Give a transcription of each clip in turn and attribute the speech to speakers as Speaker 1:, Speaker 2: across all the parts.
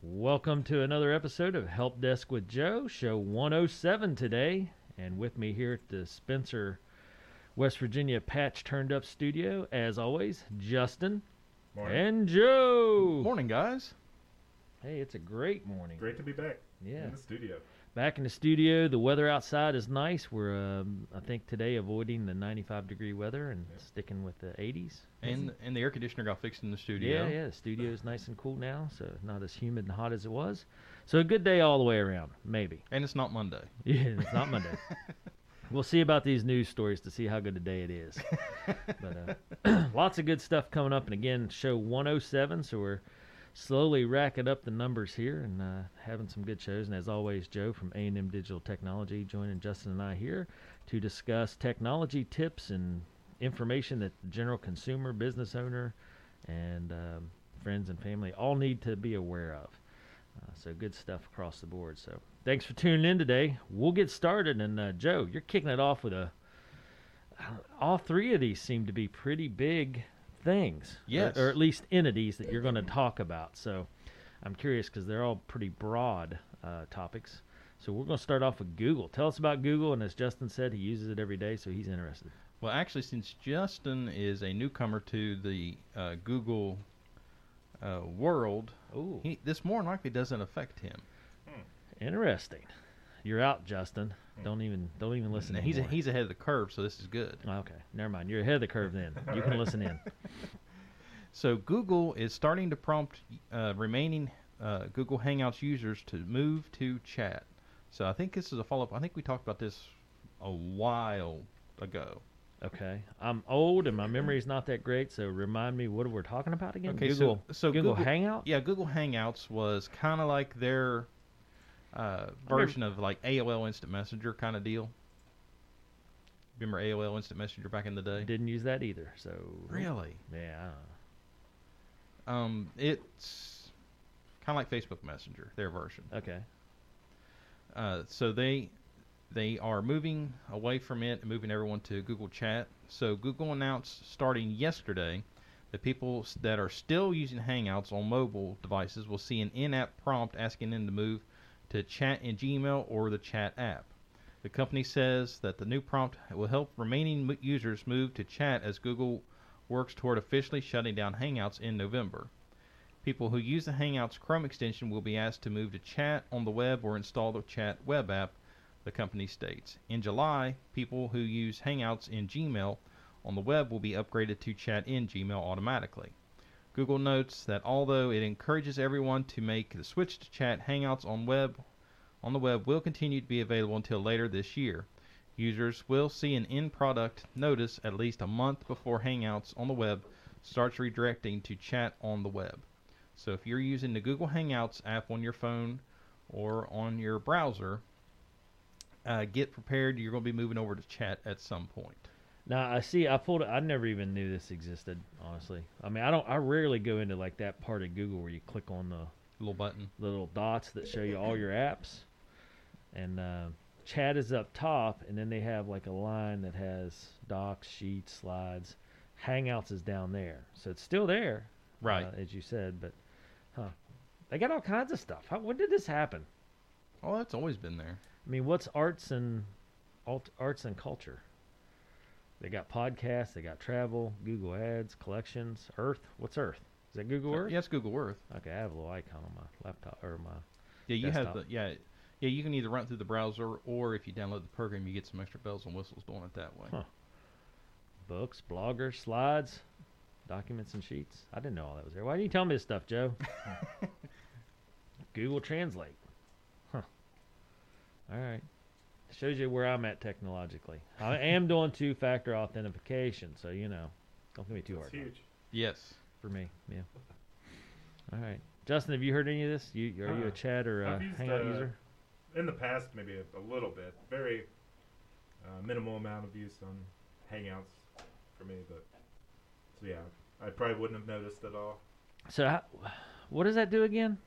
Speaker 1: Welcome to another episode of Help Desk with Joe, show 107 today. And with me here at the Spencer, West Virginia Patch Turned Up Studio, as always, Justin and Joe.
Speaker 2: Morning, guys.
Speaker 1: Hey, it's a great morning.
Speaker 3: Great to be back
Speaker 1: Yeah.
Speaker 3: in the studio.
Speaker 1: Back in the studio, the weather outside is nice. We're, um, I think, today avoiding the 95 degree weather and
Speaker 3: Yep.
Speaker 1: sticking with the 80s.
Speaker 2: And and the air conditioner got fixed in the studio.
Speaker 1: Yeah, yeah. The studio is nice and cool now, so not as humid and hot as it was. So a good day all the way around, maybe.
Speaker 2: And it's not Monday.
Speaker 1: Yeah, it's not Monday. we'll see about these news stories to see how good a day it is. but uh, lots of good stuff coming up, and again, show 107. So we're slowly racking up the numbers here and uh, having some good shows. And as always, Joe from A&M Digital Technology joining Justin and I here to discuss technology tips and information that the general consumer, business owner, and um, friends and family all need to be aware of. Uh, so good stuff across the board. So thanks for tuning in today. We'll get started. And uh, Joe, you're kicking it off with a. uh, All three of these seem to be pretty big things. or-
Speaker 2: Yes.
Speaker 1: Or, at least entities that you're going to talk about. So I'm curious because they're all pretty broad uh, topics. So we're going to start off with Google. Tell us about Google. And as Justin said, he uses it every day, so he's interested.
Speaker 2: Well, actually, since Justin is a newcomer to the uh, Google uh, world,
Speaker 1: Oh,
Speaker 2: he, this more than likely doesn't affect him.
Speaker 1: interesting. You're out, Justin. Don't even don't even listen.
Speaker 2: Now, he's a,
Speaker 1: anymore.
Speaker 2: he's ahead of the curve, so this is good.
Speaker 1: Oh, Okay, never mind. You're ahead of the curve then. You can listen in.
Speaker 2: So Google is starting to prompt uh, remaining uh, Google Hangouts users to move to chat. So I think this is a follow up. I think we talked about this a while ago.
Speaker 1: Okay, I'm old and my memory's not that great, so remind me what we're talking about again.
Speaker 2: Okay, so-
Speaker 1: Google,
Speaker 2: so
Speaker 1: Google,
Speaker 2: Google-
Speaker 1: Hangout.
Speaker 2: Yeah, Google Hangouts was kind of like their uh, version of like AOL Instant Messenger kind of deal. Remember AOL Instant Messenger back in the day?
Speaker 1: Didn't use that either. So
Speaker 2: really?
Speaker 1: yeah, I don't know.
Speaker 2: Um, it's kind of like Facebook Messenger, their version.
Speaker 1: okay,
Speaker 2: Uh, so they they are moving away from it and moving everyone to Google Chat. So Google announced starting yesterday that people s- that are still using Hangouts on mobile devices will see an in-app prompt asking them to move to Chat in Gmail or the Chat app. The company says that the new prompt will help remaining m- users move to Chat as Google works toward officially shutting down Hangouts in November. People who use the Hangouts Chrome extension will be asked to move to chat on the web or install the chat web app, the company states. In July, people who use Hangouts in Gmail on the web will be upgraded to chat in Gmail automatically. Google notes that although it encourages everyone to make the switch to chat, Hangouts on web on the web will continue to be available until later this year. Users will see an end product notice at least a month before Hangouts on the web starts redirecting to chat on the web. So if you're using the Google Hangouts app on your phone or on your browser, uh, get prepared. You're going to be moving over to chat at some point.
Speaker 1: Now I see. I pulled. I never even knew this existed. Honestly, I mean, I don't. I rarely go into like that part of Google where you click on the
Speaker 2: Little button.
Speaker 1: little dots that show you all your apps, and uh, chat is up top, and then they have like a line that has docs, sheets, slides. Hangouts is down there, so it's still there,
Speaker 2: Right.
Speaker 1: uh, as you said, but huh, they got all kinds of stuff. How, when did this happen?
Speaker 2: oh, that's always been there.
Speaker 1: I mean, what's arts and alt, arts and culture? They got podcasts, they got travel, Google Ads, collections, Earth. What's Earth? Is that Google Earth?
Speaker 2: Yes, Google Earth.
Speaker 1: Okay, I have a little icon on my laptop or my.
Speaker 2: Yeah, you have
Speaker 1: Desktop.
Speaker 2: the yeah, yeah. You can either run it through the browser or if you download the program, you get some extra bells and whistles doing it that way.
Speaker 1: Huh. books, bloggers, slides, documents, and sheets. I didn't know all that was there. Why didn't you tell me this stuff, Joe? Google Translate. Huh. All right. Shows you where I'm at technologically. I am doing two factor authentication, so you know, don't give me too
Speaker 3: It's
Speaker 1: hard on it
Speaker 3: huge.
Speaker 2: Yes.
Speaker 1: for me. Yeah. All right. Justin, have you heard any of this? You are you
Speaker 3: Uh-uh.
Speaker 1: a chat or a
Speaker 3: I've used,
Speaker 1: hangout
Speaker 3: uh,
Speaker 1: user?
Speaker 3: In the past, maybe a, a little bit, very uh, minimal amount of use on Hangouts for me, but so yeah, I probably wouldn't have noticed at all.
Speaker 1: So, how, what does that do again?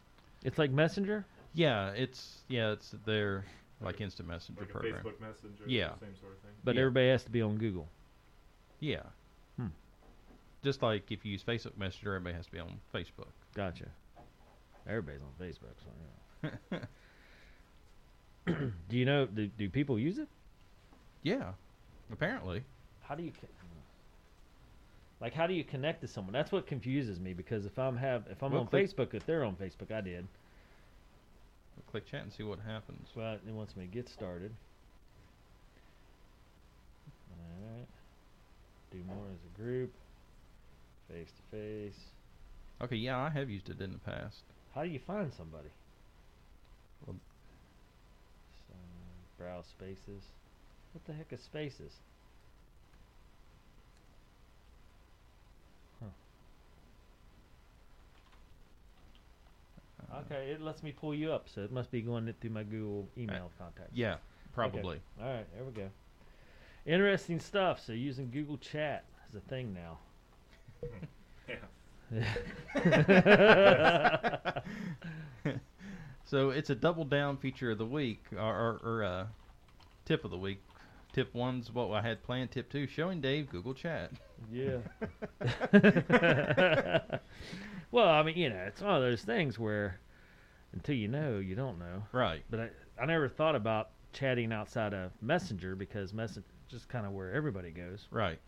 Speaker 1: It's like Messenger.
Speaker 2: Yeah, it's yeah, it's their like instant messenger
Speaker 3: Like a
Speaker 2: program.
Speaker 3: Facebook Messenger,
Speaker 2: Yeah.
Speaker 3: same sort of thing.
Speaker 1: But
Speaker 2: Yeah.
Speaker 1: everybody has to be on Google.
Speaker 2: Yeah.
Speaker 1: Hmm.
Speaker 2: Just like if you use Facebook Messenger, everybody has to be on Facebook.
Speaker 1: Gotcha. Everybody's on Facebook. So, yeah. do you know? Do, do people use it?
Speaker 2: Yeah, apparently.
Speaker 1: How do you? con- Like, how do you connect to someone? That's what confuses me because if I'm have if I'm
Speaker 2: Well,
Speaker 1: on
Speaker 2: click-
Speaker 1: Facebook, if they're on Facebook, I did.
Speaker 2: Click chat and see what happens.
Speaker 1: But it wants me to get started. Alright. Do more as a group. Face to face.
Speaker 2: Okay, yeah, I have used it in the past.
Speaker 1: How do you find somebody?
Speaker 2: Well-
Speaker 1: So, browse spaces. What the heck is spaces?
Speaker 2: Uh,
Speaker 1: Okay, it lets me pull you up, so it must be going it through my Google email contacts.
Speaker 2: Uh, Yeah,
Speaker 1: Okay.
Speaker 2: probably.
Speaker 1: All right, there we go. Interesting stuff. So using Google Chat is a thing now. Yeah.
Speaker 2: So it's a double down feature of the week, or, or, or uh, tip of the week. Tip one's what I had planned. Tip two, showing Dave Google Chat.
Speaker 1: well, I mean, you know, it's one of those things where until you know, you don't know.
Speaker 2: Right.
Speaker 1: But I, I never thought about chatting outside of Messenger because Messenger just kind of where everybody goes.
Speaker 2: Right.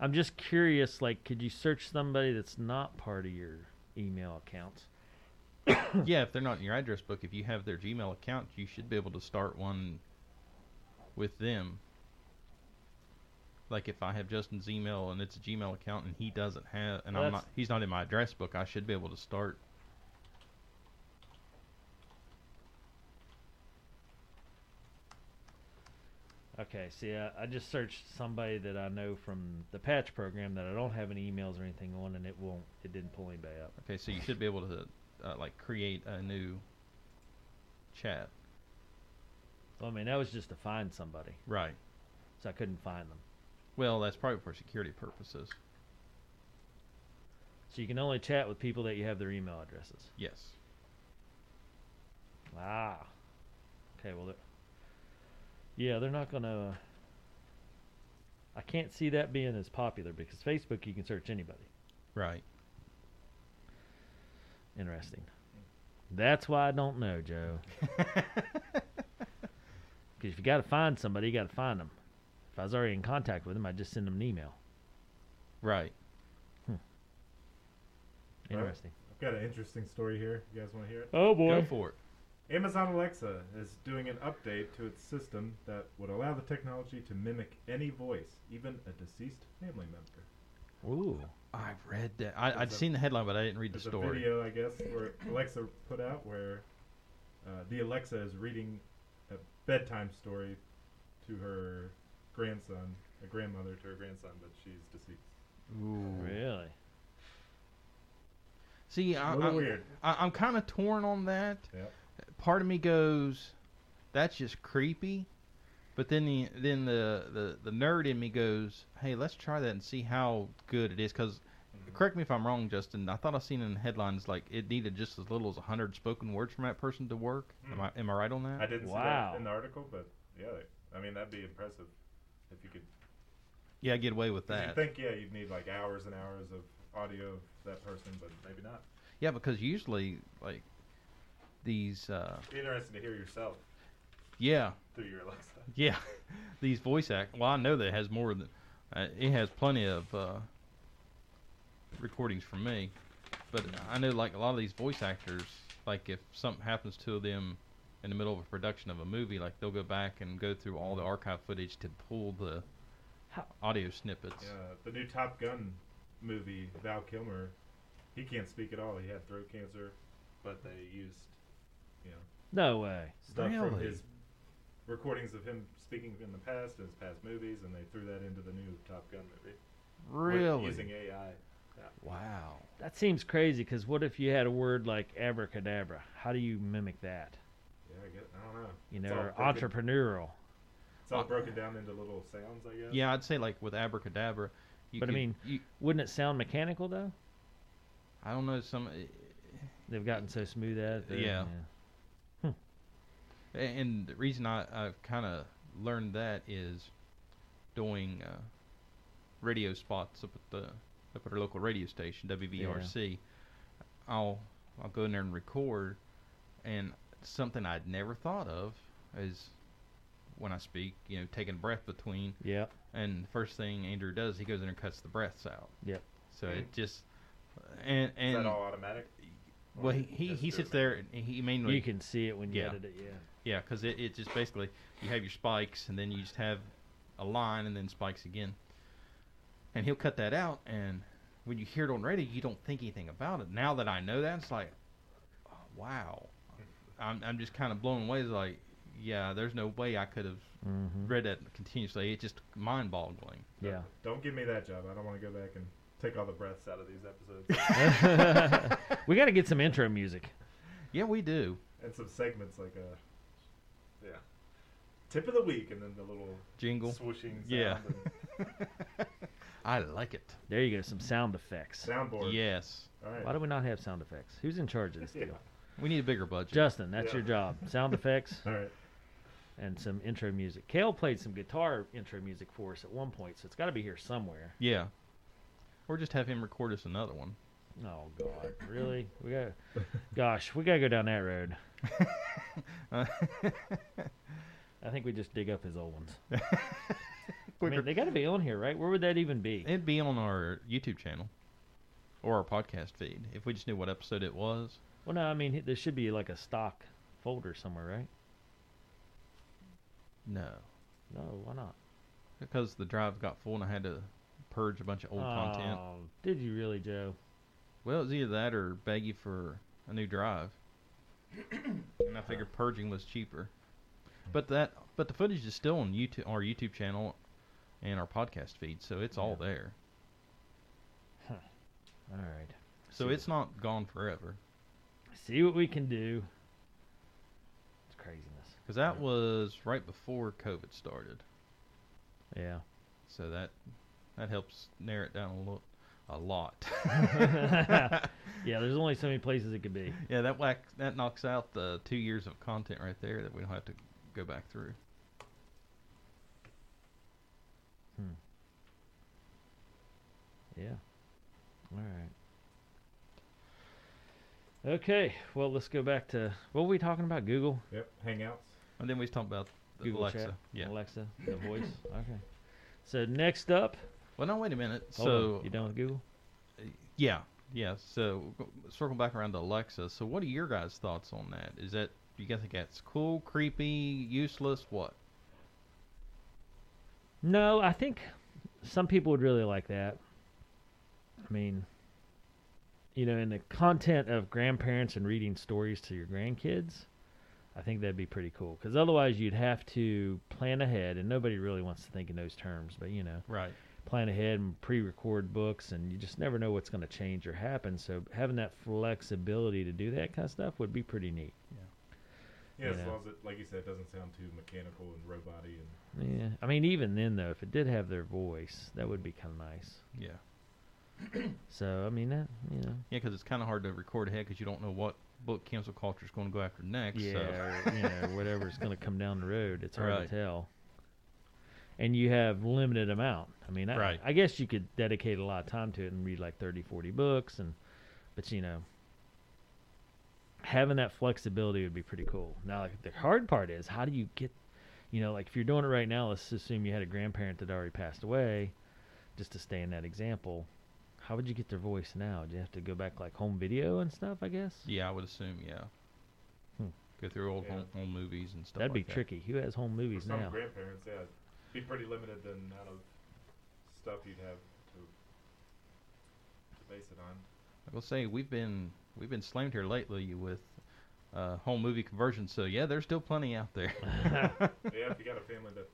Speaker 1: I'm just curious, like, could you search somebody that's not part of your email accounts?
Speaker 2: yeah, if they're not in your address book, if you have their Gmail account, you should be able to start one with them. Like if I have Justin's email and it's a Gmail account and he doesn't have, and
Speaker 1: Well,
Speaker 2: I'm
Speaker 1: that's-
Speaker 2: not, he's not in my address book, I should be able to start.
Speaker 1: Okay, see, I, I just searched somebody that I know from the patch program that I don't have any emails or anything on, and it won't, it didn't pull anybody up.
Speaker 2: Okay, so you should be able to uh, like create a new chat.
Speaker 1: So, I mean, that was just to find somebody,
Speaker 2: Right.
Speaker 1: so I couldn't find them.
Speaker 2: Well, that's probably for security purposes.
Speaker 1: So you can only chat with people that you have their email addresses.
Speaker 2: Yes.
Speaker 1: Ah. Okay, well, they're, yeah, they're not gonna. I can't see that being as popular because Facebook, you can search anybody.
Speaker 2: Right.
Speaker 1: Interesting. That's why I don't know, Joe. Because if you got to find somebody, you got to find them. If I was already in contact with them, I'd just send them an email.
Speaker 3: Right.
Speaker 2: Right.
Speaker 1: Interesting.
Speaker 3: I've got an interesting story here. You guys want to hear it?
Speaker 1: Oh
Speaker 2: Go for it.
Speaker 3: Amazon Alexa is doing an update to its system that would allow the technology to mimic any voice, even a deceased family member.
Speaker 1: Ooh.
Speaker 2: I read that. I, I'd
Speaker 3: There's a-
Speaker 2: seen the headline, but I didn't read the
Speaker 3: There's a
Speaker 2: story.
Speaker 3: video, I guess, where Alexa put out where uh, the Alexa is reading a bedtime story to her grandson, a grandmother to her grandson, but she's deceased.
Speaker 2: Ooh.
Speaker 1: Really?
Speaker 2: See,
Speaker 3: A
Speaker 2: I,
Speaker 3: little
Speaker 2: I'm,
Speaker 3: weird.
Speaker 2: I, I'm kind of torn on that.
Speaker 3: Yep.
Speaker 2: Part of me goes, that's just creepy, but then the then the, the, the nerd in me goes, hey, let's try that and see how good it is. Because
Speaker 3: Mm-hmm.
Speaker 2: correct me if I'm wrong, Justin. I thought I seen in the headlines like it needed just as little as 100 spoken words from that person to work. Am I am I right on that?
Speaker 3: Mm. I didn't see
Speaker 1: Wow.
Speaker 3: that in the article, but yeah, I mean that'd be impressive if you could.
Speaker 2: yeah, get away with
Speaker 3: 'cause
Speaker 2: that.
Speaker 3: You'd think yeah, you'd need like hours and hours of audio of that person, but maybe not.
Speaker 2: Yeah, because usually like these uh
Speaker 3: It'd be interesting to hear yourself
Speaker 2: yeah,
Speaker 3: through your Alexa.
Speaker 2: yeah, these voice act. Well, I know that it has more than uh, it has plenty of uh recordings from me. But I know like a lot of these voice actors like if something happens to them in the middle of a production of a movie, like they'll go back and go through all the archive footage to pull the
Speaker 1: How-
Speaker 2: audio snippets.
Speaker 3: Yeah, Uh, the new Top Gun movie, Val Kilmer, he can't speak at all. He had throat cancer, but they used, you know,
Speaker 1: No way.
Speaker 3: stuff from
Speaker 2: Really?
Speaker 3: his recordings of him speaking in the past and his past movies, and they threw that into the new Top Gun movie. with-
Speaker 2: Really?
Speaker 3: Using AI.
Speaker 2: wow.
Speaker 1: That seems crazy because what if you had a word like abracadabra? How do you mimic that?
Speaker 3: Yeah, I, guess, I don't know.
Speaker 1: You
Speaker 3: It's
Speaker 1: know,
Speaker 3: all
Speaker 1: or
Speaker 3: broken-
Speaker 1: entrepreneurial.
Speaker 3: It's all broken down into little sounds, I guess.
Speaker 2: Uh, Yeah, I'd say like with abracadabra. You
Speaker 1: But I
Speaker 2: could-
Speaker 1: mean-
Speaker 2: you,
Speaker 1: Wouldn't it sound mechanical, though?
Speaker 2: I don't know some.
Speaker 1: They've gotten so smooth at it. that-
Speaker 2: Yeah. A- And the reason I, I've kind of learned that is doing uh, radio spots up at the up at our local radio station WVRC. I'll I'll go in there and record, and something I'd never thought of is when I speak, you know, taking a breath between.
Speaker 1: Yeah.
Speaker 2: And the first thing Andrew does, he goes in there and cuts the breaths out.
Speaker 1: Yep.
Speaker 2: So it just and
Speaker 3: Mm-hmm. Is
Speaker 2: and
Speaker 3: that all automatic? Or
Speaker 2: well, he
Speaker 3: you
Speaker 2: he,
Speaker 3: just
Speaker 2: he
Speaker 3: do
Speaker 2: sits
Speaker 3: it
Speaker 2: there and he mainly
Speaker 1: You can see it when you
Speaker 2: Yeah.
Speaker 1: edit it. Yeah.
Speaker 2: yeah, because it, it just basically you have your spikes and then you just have a line and then spikes again. And he'll cut that out, and when you hear it on radio, you don't think anything about it. Now that I know that, it's like, oh, wow, I'm I'm just kind of blown away. It's like, yeah, there's no way I could have
Speaker 1: Mm-hmm.
Speaker 2: read that continuously. It's just mind-boggling.
Speaker 3: manually?
Speaker 1: Yeah.
Speaker 3: Don't give me that job. I don't want to go back and take all the breaths out of these episodes
Speaker 1: we got to get some intro music.
Speaker 2: Yeah, we do.
Speaker 3: and some segments like uh yeah, tip of the week and then the little
Speaker 2: Jingle.
Speaker 3: swooshing sound
Speaker 2: Yeah.
Speaker 3: and
Speaker 2: I like it.
Speaker 1: There you go. Some sound effects.
Speaker 3: soundboard.
Speaker 2: Yes.
Speaker 3: All right.
Speaker 1: Why do we not have sound effects? Who's in charge of this
Speaker 3: Yeah.
Speaker 1: deal?
Speaker 2: We need a bigger budget.
Speaker 1: Justin, that's
Speaker 3: Yeah.
Speaker 1: your job. Sound effects
Speaker 3: All right.
Speaker 1: and some intro music. Kale played some guitar intro music for us at one point, so it's got to be here somewhere.
Speaker 2: yeah. Or just have him record us another one.
Speaker 1: Oh God, really? We got, gosh, we gotta go down that road.
Speaker 2: Uh,
Speaker 1: I think we just dig up his old ones. I
Speaker 2: Quicker
Speaker 1: mean, they got to be on here, right? Where would that even be?
Speaker 2: It'd be on our YouTube channel or our podcast feed if we just knew what episode it was.
Speaker 1: Well, no, I mean there should be like a stock folder somewhere, right?
Speaker 2: No,
Speaker 1: No, why not?
Speaker 2: because the drive got full and I had to purge a bunch of old content.
Speaker 1: Oh, Did you really, Joe?
Speaker 2: Well, it was either that or beg you for a new drive, and I figured purging was cheaper. But that, but the footage is still on YouTube, our YouTube channel, and our podcast feed, so it's all
Speaker 1: Yeah.
Speaker 2: there.
Speaker 1: All right.
Speaker 2: So
Speaker 1: See.
Speaker 2: it's not gone forever.
Speaker 1: See what we can do. It's craziness.
Speaker 2: Because that
Speaker 1: Yeah.
Speaker 2: was right before COVID started.
Speaker 1: Yeah.
Speaker 2: So that that helps narrow it down a lot. A lot.
Speaker 1: Yeah, there's only so many places it could be.
Speaker 2: yeah, that whack that knocks out the two years of content right there that we don't have to go back through.
Speaker 1: Yeah. All right. Okay. Well, let's go back to what were we talking about? Google,
Speaker 3: Yep. Hangouts.
Speaker 2: And then we was talking about the
Speaker 1: Google
Speaker 2: Alexa.
Speaker 1: Chat,
Speaker 2: Yeah.
Speaker 1: Alexa, the voice. Okay. So next up,
Speaker 2: Well, no, wait a minute.
Speaker 1: hold on,
Speaker 2: so
Speaker 1: you done with Google?
Speaker 2: yeah, yeah. So go- circle back around to Alexa. So what are your guys' thoughts on that? Is that do you guys think that's cool, creepy, useless? What?
Speaker 1: No, I think some people would really like that. I mean, you know, in the content of grandparents and reading stories to your grandkids, I think that'd be pretty cool. Because otherwise, you'd have to plan ahead, and nobody really wants to think in those terms. But you know.
Speaker 2: Right.
Speaker 1: plan ahead and pre-record books and you just never know what's going to change or happen so having that flexibility to do that kind of stuff would be pretty neat
Speaker 3: Yeah,
Speaker 1: You
Speaker 3: as
Speaker 1: know.
Speaker 3: long as it, like you said, doesn't sound too mechanical and roboty and
Speaker 1: yeah i mean even then though if it did have their voice that would be kind of nice
Speaker 2: Yeah.
Speaker 1: so i mean that you know
Speaker 2: Yeah, because it's kind of hard to record ahead because you don't know what book cancel culture is going to go after next.
Speaker 1: yeah
Speaker 2: So.
Speaker 1: or, you know whatever's going to come down the road it's hard
Speaker 2: Right.
Speaker 1: to tell and you have limited amount i mean I,
Speaker 2: Right.
Speaker 1: I guess you could dedicate a lot of time to it and read like 30 40 books and but you know having that flexibility would be pretty cool now like, the hard part is how do you get you know like if you're doing it right now let's assume you had a grandparent that already passed away just to stay in that example how would you get their voice now do you have to go back like home video and stuff i guess
Speaker 2: Yeah, I would assume. Yeah.
Speaker 1: Hmm.
Speaker 2: Go through old
Speaker 3: Yeah.
Speaker 2: home, home movies and stuff.
Speaker 1: that'd be
Speaker 2: like that.
Speaker 1: tricky who has home
Speaker 3: for
Speaker 1: movies
Speaker 3: some
Speaker 1: now
Speaker 3: grandparents, yeah, it'd be pretty limited the amount of stuff you'd have to, to base it on.
Speaker 2: I will say we've been we've been slammed here lately with uh, home movie conversions. So yeah, there's still plenty out there.
Speaker 3: yeah, if you got a family that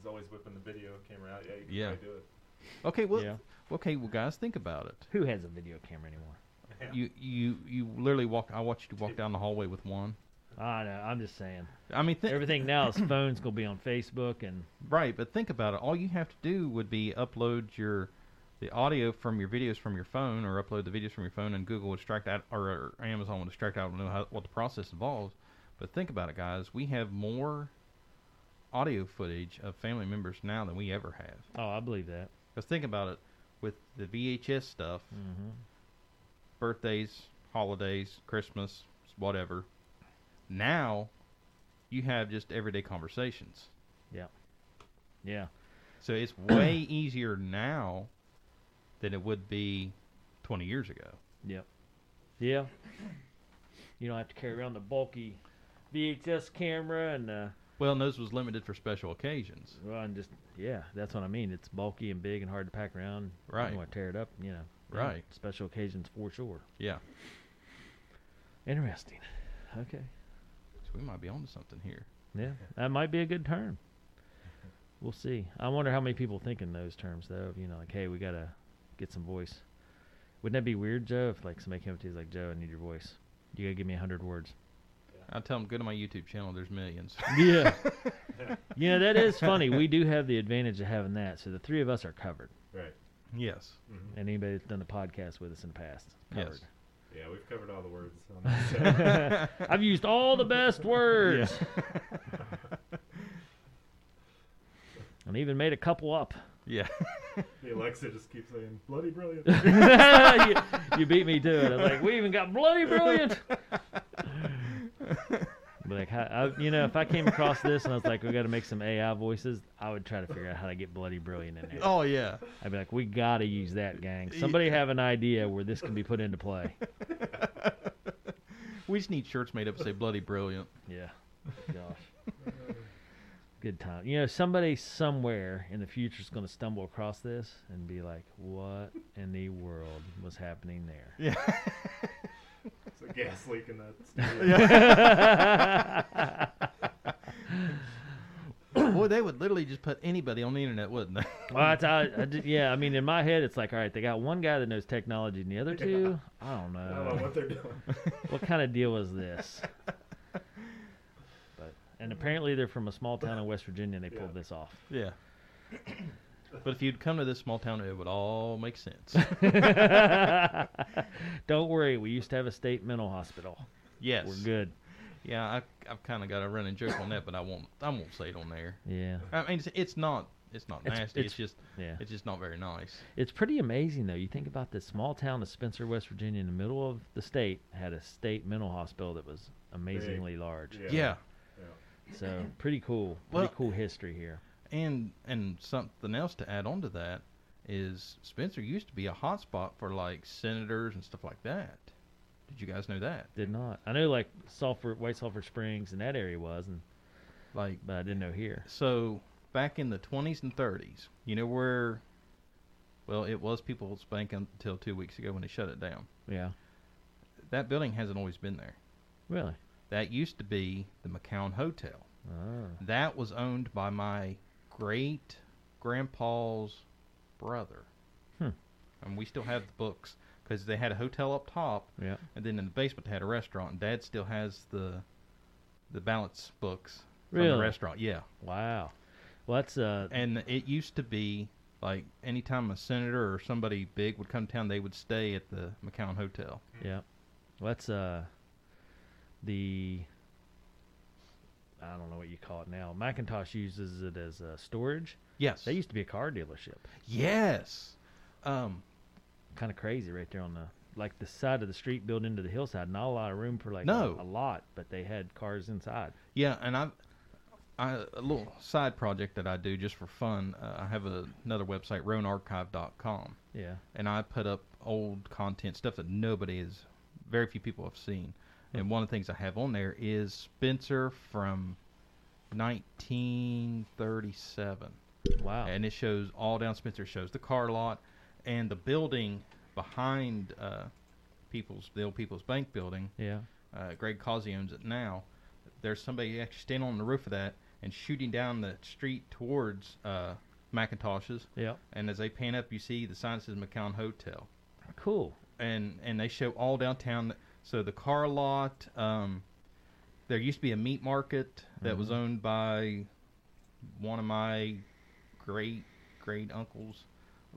Speaker 3: is always whipping the video camera out, yeah, you can
Speaker 2: Yeah.
Speaker 3: probably do it.
Speaker 2: okay, well,
Speaker 1: Yeah.
Speaker 2: okay, well, guys, think about it.
Speaker 1: Who has a video camera anymore?
Speaker 3: Yeah.
Speaker 2: You you you literally walk. I watched you walk down the hallway with one.
Speaker 1: I know. I'm just saying.
Speaker 2: I mean, thi-
Speaker 1: Everything now is phones gonna be on Facebook and
Speaker 2: right? But think about it. All you have to do would be upload your the audio from your videos from your phone, or upload the videos from your phone, and Google would extract out, or, or Amazon would extract out. I don't know how, what the process involves. But think about it, guys. We have more audio footage of family members now than we ever have.
Speaker 1: oh, I believe that. Mm.
Speaker 2: Because think about it, with the VHS stuff,
Speaker 1: Mm-hmm.
Speaker 2: birthdays, holidays, Christmas, whatever. Now, you have just everyday conversations.
Speaker 1: Yeah.
Speaker 2: So it's way easier now than it would be 20 years ago.
Speaker 1: Yeah. You don't have to carry around the bulky VHS camera and uh,
Speaker 2: Well, and those was limited for special occasions.
Speaker 1: well, and just yeah, that's what I mean. It's bulky and big and hard to pack around.
Speaker 2: Right.
Speaker 1: You want to tear it up, you know. Yeah,
Speaker 2: Right.
Speaker 1: Special occasions for sure.
Speaker 2: Yeah.
Speaker 1: Interesting. Okay.
Speaker 2: So we might be onto something here.
Speaker 1: Yeah, that might be a good term. We'll see. I wonder how many people think in those terms though. of, You know, like, hey, we gotta get some voice. Wouldn't that be weird, Joe? If like somebody came up to you and was like, Joe, I need your voice. You gotta give me a hundred words.
Speaker 2: I tell them, go to my YouTube channel. There's millions.
Speaker 1: Yeah. yeah, that is funny. We do have the advantage of having that, so the three of us are covered.
Speaker 3: Right.
Speaker 2: yes.
Speaker 3: hmm
Speaker 1: And anybody that's done the podcast with us in the past, covered.
Speaker 2: Yes.
Speaker 3: Yeah, we've covered all the words. On this, so.
Speaker 1: I've used all the best words, and even made a couple up.
Speaker 2: Yeah.
Speaker 3: the Alexa just keeps saying "bloody brilliant."
Speaker 1: you, you beat me to it. I'm like, we even got bloody brilliant. But like, how, I, you know, if I came across this and I was like, we got to make some AI voices, I would try to figure out how to get bloody brilliant in there.
Speaker 2: Oh, yeah.
Speaker 1: I'd be like, we got to use that, gang. Somebody have an idea where this can be put into play.
Speaker 2: We just need shirts made up that say bloody brilliant.
Speaker 1: Yeah. Gosh. Good time. You know, somebody somewhere in the future is going to stumble across this and be like, what in the world was happening there?
Speaker 2: Yeah.
Speaker 3: It's a gas leak in that. studio.
Speaker 2: Boy, they would literally just put anybody on the internet, wouldn't they?
Speaker 1: Well,
Speaker 3: Mm.
Speaker 1: I, I, I ju- yeah, I mean, in my head, it's like, all right, they got one guy that knows technology, and the other two, I don't
Speaker 3: I don't know
Speaker 1: know.
Speaker 3: Oh, what they're doing.
Speaker 1: what kind of deal is this? But and apparently they're from a small town in West Virginia, and they pulled
Speaker 3: Yeah.
Speaker 1: this off.
Speaker 2: Yeah. But if you'd come to this small town, it would all make sense.
Speaker 1: don't worry, we used to have a state mental hospital.
Speaker 2: yes.
Speaker 1: We're good.
Speaker 2: Yeah, I, I've kind of got a running joke on that, but I won't. I won't say it on there.
Speaker 1: Yeah,
Speaker 2: I mean, it's, it's not. It's not
Speaker 1: It's-
Speaker 2: nasty. It's,
Speaker 1: it's-
Speaker 2: just.
Speaker 1: yeah.
Speaker 2: It's just not very nice.
Speaker 1: It's pretty amazing, though. You think about this small town of Spencer, West Virginia, in the middle of the state, had a state mental hospital that was amazingly large.
Speaker 3: Yeah.
Speaker 2: Yeah.
Speaker 1: So pretty cool. Pretty
Speaker 2: Well-
Speaker 1: cool history here.
Speaker 2: And and something else to add on to that is Spencer used to be a hot spot for like senators and stuff like that. Did you guys know that?
Speaker 1: Did not. I know like Sulphur, White Sulphur Springs, and that area was, and
Speaker 2: Like
Speaker 1: but I didn't know here.
Speaker 2: so back in the 20s and 30s, you know where well, it was People's Bank until 2 weeks ago when they shut it down.
Speaker 1: Yeah.
Speaker 2: That building hasn't always been there.
Speaker 1: Really?
Speaker 2: That used to be the McCown Hotel.
Speaker 1: Oh.
Speaker 2: That was owned by my great grandpa's brother.
Speaker 1: Hmm.
Speaker 2: And we still have the books because they had a hotel up top,
Speaker 1: Yeah.
Speaker 2: and then in the basement they had a restaurant. And Dad still has the the balance books from
Speaker 1: Really?
Speaker 2: the restaurant. Yeah,
Speaker 1: Wow. Well, that's uh.
Speaker 2: and it used to be like anytime a senator or somebody big would come to town, they would stay at the McCown Hotel.
Speaker 1: yeah. Well, that's uh. The. I don't know what you call it now. Macintosh uses it as uh, storage.
Speaker 2: Yes,
Speaker 1: That used to be a car dealership.
Speaker 2: yes. Um,
Speaker 1: Kind of crazy, right there on the like the side of the street, built into the hillside. Not a lot of room for like a-
Speaker 2: No.
Speaker 1: a lot, but they had cars inside.
Speaker 2: Yeah, and I've I, a little side project that I do just for fun. Uh, I have a, another website, roanarchive.com,
Speaker 1: Yeah.
Speaker 2: and I put up old content, stuff that nobody is, very few people have seen. And one of the things I have on there is Spencer from 1937,
Speaker 1: Wow.
Speaker 2: and it shows all down Spencer. It shows the car lot and the building behind uh, people's the old People's Bank building
Speaker 1: yeah.
Speaker 2: uh, Greg Causey owns it now. There's somebody actually standing on the roof of that and shooting down the street towards uh, Macintosh's.
Speaker 1: Yeah.
Speaker 2: And as they pan up, you see the sign says McCown Hotel,
Speaker 1: Cool.
Speaker 2: and and they show all downtown. So the car lot. Um, there used to be a meat market that was owned by one of my great great uncles.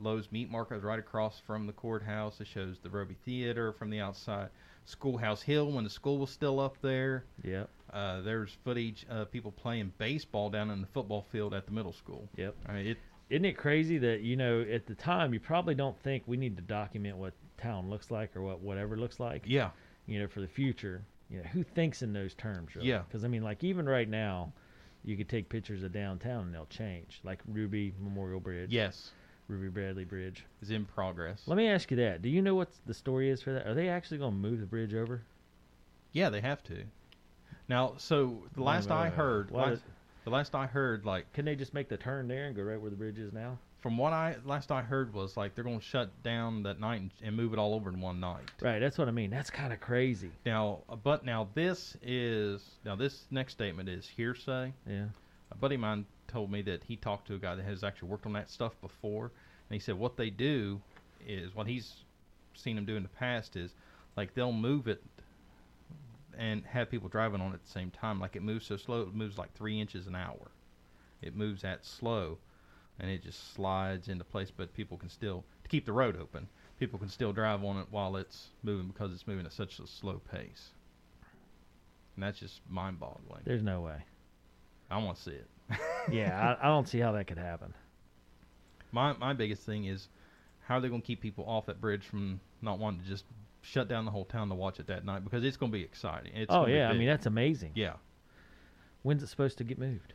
Speaker 2: Lowe's Meat Market was right across from the courthouse. It shows the Roby Theater from the outside. Schoolhouse Hill, when the school was still up there,
Speaker 1: Yep.
Speaker 2: uh, there's footage of people playing baseball down in the football field at the middle school.
Speaker 1: Yep.
Speaker 2: I mean, it,
Speaker 1: Isn't it crazy that you know at the time you probably don't think we need to document what town looks like or what whatever looks like,
Speaker 2: yeah,
Speaker 1: you know, for the future, you know, who thinks in those terms? Really?
Speaker 2: Yeah.
Speaker 1: Because I mean, like even right now, you could take pictures of downtown and they'll change, like Ruby Memorial Bridge,
Speaker 2: Yes,
Speaker 1: Ruby Bradley Bridge.
Speaker 2: is in progress.
Speaker 1: Let me ask you that: Do you know what the story is for that? Are they actually going to move the bridge over?
Speaker 2: Yeah, they have to. Now, so the
Speaker 1: Wait a
Speaker 2: last I
Speaker 1: minute.
Speaker 2: heard,
Speaker 1: Why
Speaker 2: last,
Speaker 1: did-
Speaker 2: the last I heard, like
Speaker 1: Can they just make the turn there and go right where the bridge is now?
Speaker 2: from what I last I heard was like they're going to shut down that night and, and move it all over in one night.
Speaker 1: Right. That's what I mean. That's kind of crazy.
Speaker 2: Now, uh, but now this is now this next statement is hearsay.
Speaker 1: Yeah.
Speaker 2: A buddy of mine told me that he talked to a guy that has actually worked on that stuff before, and he said what they do is what he's seen them do in the past is like they'll move it and have people driving on it at the same time. Like it moves so slow, it moves like three inches an hour. It moves that slow, and it just slides into place. But people can still to keep the road open. People can still drive on it while it's moving because it's moving at such a slow pace. And that's just mind-boggling.
Speaker 1: There's no way.
Speaker 2: I want to see it.
Speaker 1: Yeah. I, I don't see how that could happen.
Speaker 2: My my biggest thing is how are they going to keep people off that bridge from not wanting to just shut down the whole town to watch it that night because it's going to be exciting. It's
Speaker 1: oh
Speaker 2: gonna be
Speaker 1: yeah. I
Speaker 2: big.
Speaker 1: mean, that's amazing.
Speaker 2: yeah.
Speaker 1: When's it supposed to get moved?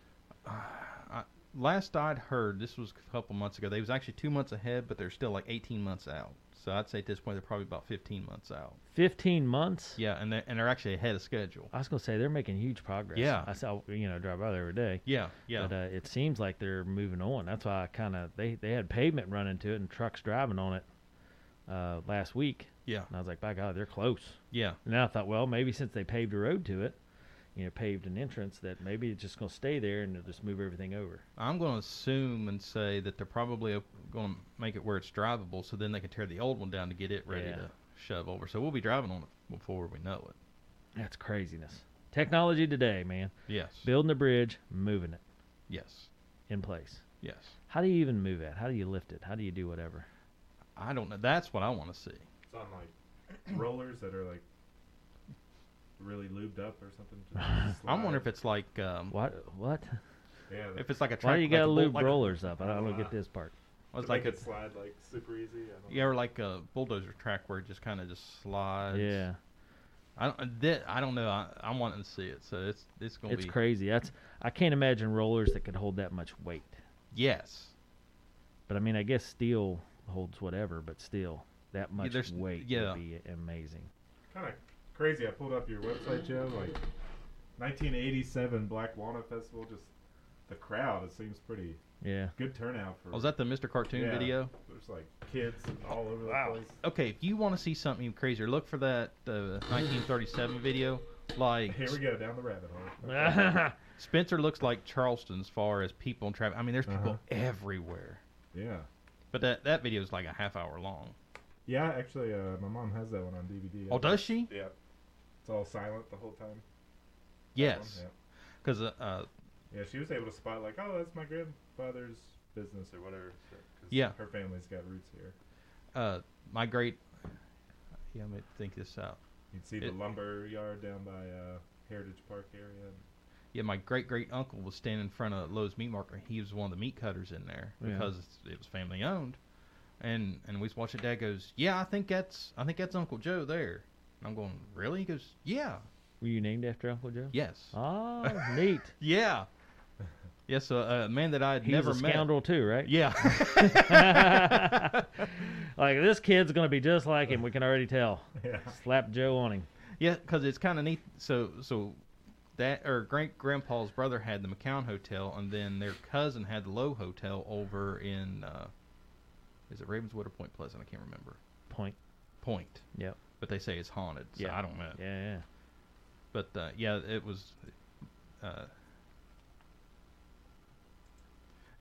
Speaker 2: Last I'd heard, this was a couple months ago. They was actually two months ahead, but they're still like 18 months out. So I'd say at this point they're probably about 15 months out.
Speaker 1: Fifteen months.
Speaker 2: Yeah, and they're, and they're actually ahead of schedule.
Speaker 1: I was gonna say they're making huge progress.
Speaker 2: Yeah.
Speaker 1: I saw you know drive by there every day.
Speaker 2: Yeah, yeah,
Speaker 1: But uh, it seems like they're moving on. That's why I kind of they they had pavement running to it and trucks driving on it uh, last week,
Speaker 2: yeah,
Speaker 1: and I was like, by God, they're close.
Speaker 2: yeah.
Speaker 1: And I thought, well, maybe since they paved a road to it, you know, paved an entrance, that maybe it's just gonna stay there and they'll just move everything over.
Speaker 2: I'm going to assume and say that they're probably going to make it where it's drivable, so then they can tear the old one down to get it ready
Speaker 1: Yeah.
Speaker 2: to shove over. So we'll be driving on it before we know it.
Speaker 1: That's craziness. Technology today, man.
Speaker 2: Yes.
Speaker 1: Building a bridge, moving it
Speaker 2: Yes.
Speaker 1: in place.
Speaker 2: Yes.
Speaker 1: How do you even move it? How do you lift it? How do you do whatever?
Speaker 2: I don't know. That's what I want to see.
Speaker 3: It's on like rollers that are like really lubed up or something.
Speaker 2: I wonder if it's like um,
Speaker 1: What? What?
Speaker 3: yeah,
Speaker 2: if it's like a track.
Speaker 1: Why do you
Speaker 2: like
Speaker 1: got
Speaker 2: a
Speaker 1: to
Speaker 2: bull-
Speaker 1: lube
Speaker 2: like a-
Speaker 1: rollers up? I don't, I don't get
Speaker 3: Uh,
Speaker 1: this part.
Speaker 2: It's
Speaker 3: like
Speaker 2: like
Speaker 3: it
Speaker 2: a,
Speaker 3: slide like super easy. I don't
Speaker 2: yeah, or like a bulldozer track where it just kind of just slides.
Speaker 1: Yeah.
Speaker 2: I don't. That, I don't know. I, I'm wanting to see it, so it's it's gonna
Speaker 1: It's
Speaker 2: be
Speaker 1: crazy. That's I can't imagine rollers that could hold that much weight.
Speaker 2: yes.
Speaker 1: But I mean, I guess steel holds whatever, but still that much
Speaker 2: there's-
Speaker 1: weight
Speaker 2: yeah.
Speaker 1: would be amazing.
Speaker 3: Kind of crazy. I pulled up your website, Joe. Like 1987 Black Walnut Festival. Just the crowd. It seems pretty
Speaker 1: Yeah.
Speaker 3: good turnout for.
Speaker 2: Was Oh, that the Mr. Cartoon
Speaker 3: Yeah.
Speaker 2: video?
Speaker 3: There's like kids all over the place.
Speaker 2: Okay, if you want to see something even crazier, look for that uh, 1937 video. Like
Speaker 3: Here we go down the rabbit hole.
Speaker 2: Spencer looks like Charleston as far as people and traffic. I mean, there's people
Speaker 3: Uh-huh.
Speaker 2: everywhere.
Speaker 3: Yeah.
Speaker 2: But that that video is like a half hour long.
Speaker 3: Yeah, actually, uh, my mom has that one on DVD.
Speaker 2: Oh, does she?
Speaker 3: Yeah. It's all silent the whole time. That one,
Speaker 2: Yes. Because uh, uh,
Speaker 3: Yeah. yeah, she was able to spot like, oh, that's my grandfather's business or whatever. so- 'cause
Speaker 2: Yeah.
Speaker 3: Her family's got roots here.
Speaker 2: uh, my great. Yeah, let me think this out.
Speaker 3: You'd see the
Speaker 2: It-
Speaker 3: lumber yard down by uh, Heritage Park area. and-
Speaker 2: Yeah, my great great uncle was standing in front of Lowe's Meat Market. He was one of the meat cutters in there
Speaker 1: Yeah.
Speaker 2: because it was family owned. And and we was watching. Dad goes, "Yeah, I think that's I think that's Uncle Joe there." And I'm going, "Really?" He goes, "Yeah,
Speaker 1: Were you named after Uncle Joe?
Speaker 2: yes,
Speaker 1: Oh, neat.
Speaker 2: yeah, yes." A, a man that I had
Speaker 1: He's
Speaker 2: never
Speaker 1: a
Speaker 2: met.
Speaker 1: scoundrel too, right?
Speaker 2: Yeah,
Speaker 1: like this kid's gonna be just like him. We can already tell.
Speaker 3: Yeah.
Speaker 1: Slap Joe on him.
Speaker 2: yeah, because it's kind of neat. So so that or great grandpa's brother had the McCown Hotel, and then their cousin had the Lowe Hotel over in uh, is it Ravenswood or Point Pleasant? I can't remember.
Speaker 1: Point.
Speaker 2: Point.
Speaker 1: Yep.
Speaker 2: But they say it's haunted, so
Speaker 1: Yeah.
Speaker 2: I don't know.
Speaker 1: Yeah, yeah.
Speaker 2: But uh, yeah, it was. Uh,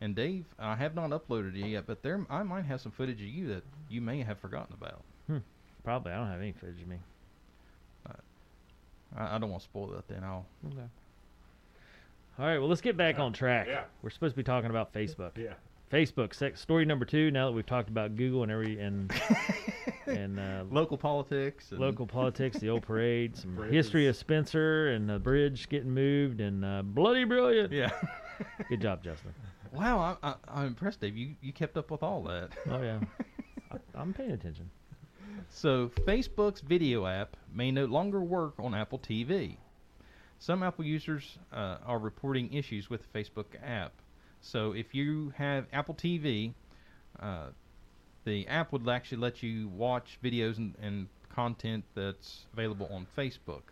Speaker 2: and Dave, I have not uploaded it yet, but there I might have some footage of you that you may have forgotten about.
Speaker 1: Probably. I don't have any footage of me.
Speaker 2: I, I don't want to spoil that. Then I'll.
Speaker 1: Okay. All right. Well, let's get back on track.
Speaker 3: Yeah.
Speaker 1: We're supposed to be talking about Facebook.
Speaker 3: Yeah.
Speaker 1: Facebook sec- story number two. Now that we've talked about Google and every and and uh,
Speaker 2: Local politics. And,
Speaker 1: local politics, the old parade, some
Speaker 3: Bridges.
Speaker 1: history of Spencer and the bridge getting moved, and uh, bloody brilliant.
Speaker 2: Yeah.
Speaker 1: Good job, Justin.
Speaker 2: wow, I, I, I'm impressed, Dave. You you kept up with all that.
Speaker 1: Oh yeah, I, I'm paying attention.
Speaker 2: So, Facebook's video app may no longer work on Apple TV. Some Apple users uh, are reporting issues with the Facebook app. So, if you have Apple TV, uh, the app would actually let you watch videos and, and content that's available on Facebook.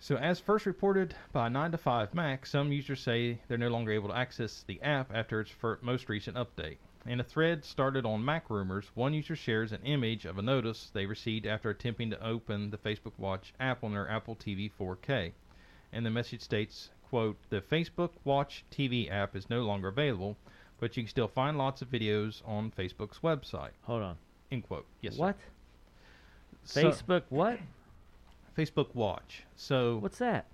Speaker 2: So, as first reported by 9 to 5 Mac, some users say they're no longer able to access the app after its fir- most recent update. In a thread started on Mac Rumors, one user shares an image of a notice they received after attempting to open the Facebook Watch app on their Apple TV 4K. And the message states, quote, "The Facebook Watch TV app is no longer available, but you can still find lots of videos on Facebook's website."
Speaker 1: Hold on.
Speaker 2: End quote. Yes. sir.
Speaker 1: what?
Speaker 2: So-
Speaker 1: Facebook what?
Speaker 2: Facebook Watch. So
Speaker 1: What's that?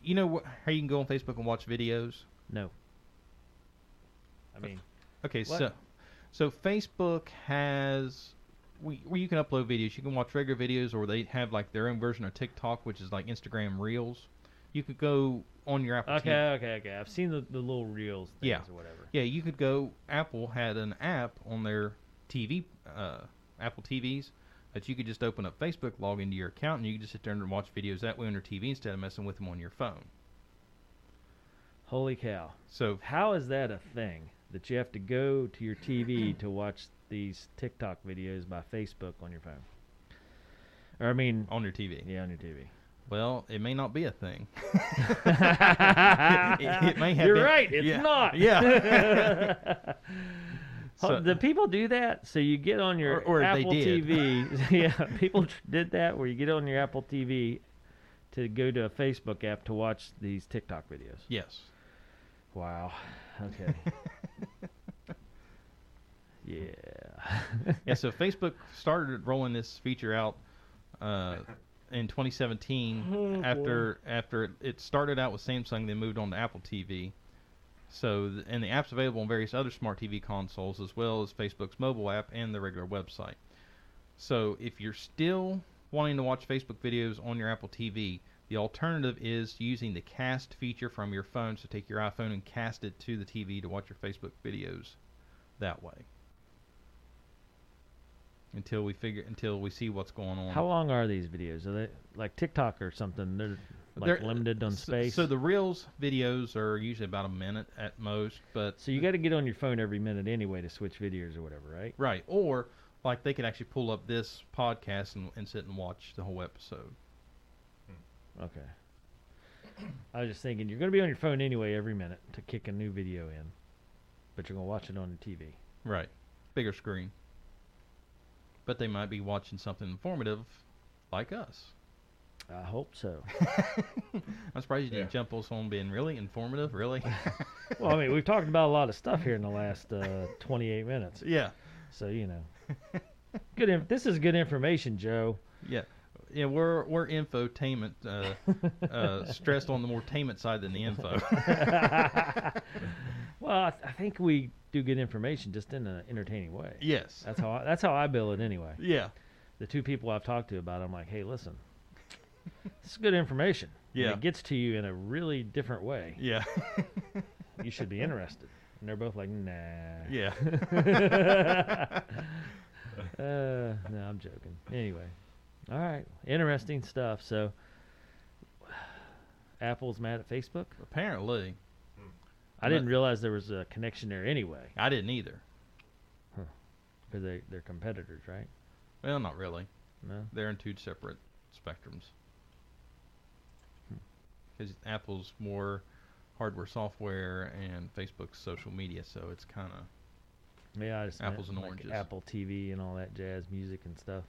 Speaker 2: you know wh- how you can go on Facebook and watch videos.
Speaker 1: No. I mean,
Speaker 2: Okay,
Speaker 1: What?
Speaker 2: so so Facebook has we, where you can upload videos. You can watch regular videos, or they have like their own version of TikTok, which is like Instagram Reels. You could go on your Apple. TV.
Speaker 1: okay, okay, okay. I've seen the, the little reels things
Speaker 2: Yeah.
Speaker 1: or whatever.
Speaker 2: Yeah, you could go. Apple had an app on their TV, uh, Apple TVs, that you could just open up Facebook, log into your account, and you could just sit there and watch videos that way on your TV instead of messing with them on your phone.
Speaker 1: Holy cow.
Speaker 2: So
Speaker 1: How is that a thing that you have to go to your TV to watch these TikTok videos by Facebook on your phone? Or I mean,
Speaker 2: on your TV.
Speaker 1: yeah, on your TV.
Speaker 2: Well, it may not be a thing.
Speaker 1: it,
Speaker 2: it may have
Speaker 1: You're
Speaker 2: been-
Speaker 1: right. It's
Speaker 2: yeah,
Speaker 1: not.
Speaker 2: yeah.
Speaker 1: Oh,
Speaker 2: So-
Speaker 1: the people do that. So you get on your
Speaker 2: Or- or they
Speaker 1: Apple
Speaker 2: did.
Speaker 1: TV. yeah, people tr- did that where you get on your Apple TV to go to a Facebook app to watch these TikTok videos.
Speaker 2: Yes.
Speaker 1: Wow. Okay. yeah.
Speaker 2: yeah, so Facebook started rolling this feature out uh, in 2017
Speaker 1: Oh,
Speaker 2: after after it, it started out with Samsung, then moved on to Apple TV. So th- and the app's available on various other smart TV consoles as well as Facebook's mobile app and the regular website. So if you're still wanting to watch Facebook videos on your Apple TV, the alternative is using the cast feature from your phone. So take your iPhone and cast it to the TV to watch your Facebook videos that way. Until we figure until we see what's going on.
Speaker 1: How long are these videos? Are they like TikTok or something? They're like
Speaker 2: They're- uh,
Speaker 1: limited on
Speaker 2: S-
Speaker 1: space.
Speaker 2: So, the reels videos are usually about a minute at most, but
Speaker 1: So you got to get on your phone every minute anyway to switch videos or whatever, right?
Speaker 2: right or like they could actually pull up this podcast and, and sit and watch the whole episode.
Speaker 1: Okay. I was just thinking you're going to be on your phone anyway every minute to kick a new video in, but you're going to watch it on your TV.
Speaker 2: Right, bigger screen. But they might be watching something informative, like us.
Speaker 1: I hope so.
Speaker 2: I'm surprised you didn't
Speaker 3: Yeah.
Speaker 2: jump us on being really informative. Really,
Speaker 1: well, I mean, we've talked about a lot of stuff here in the last uh, 28 minutes,
Speaker 2: yeah,
Speaker 1: so you know. Good. In- this is good information, Joe.
Speaker 2: yeah. We're we're infotainment, uh, uh, stressed on the more tainment side than the info.
Speaker 1: Well, I, th- I think we do good information just in an entertaining way.
Speaker 2: yes.
Speaker 1: That's how I, that's how I bill it anyway.
Speaker 2: Yeah.
Speaker 1: the two people I've talked to about, it, I'm like, hey, listen, this is good information. and
Speaker 2: Yeah.
Speaker 1: it gets to you in a really different way.
Speaker 2: Yeah.
Speaker 1: You should be interested. And they're both like, nah.
Speaker 2: Yeah.
Speaker 1: Uh, no, I'm joking. Anyway, all right, interesting stuff. So, Apple's mad at Facebook.
Speaker 2: Apparently,
Speaker 1: I didn't realize there was a connection there anyway,
Speaker 2: I didn't either.
Speaker 1: because they they're competitors, right?
Speaker 2: Well, not really.
Speaker 1: No.
Speaker 2: They're in two separate spectrums. Because Apple's more hardware, software, and Facebook's social media, so it's kind of
Speaker 1: Yeah, I just meant
Speaker 2: Apples and
Speaker 1: like
Speaker 2: oranges.
Speaker 1: Apple TV and all that jazz, music and stuff.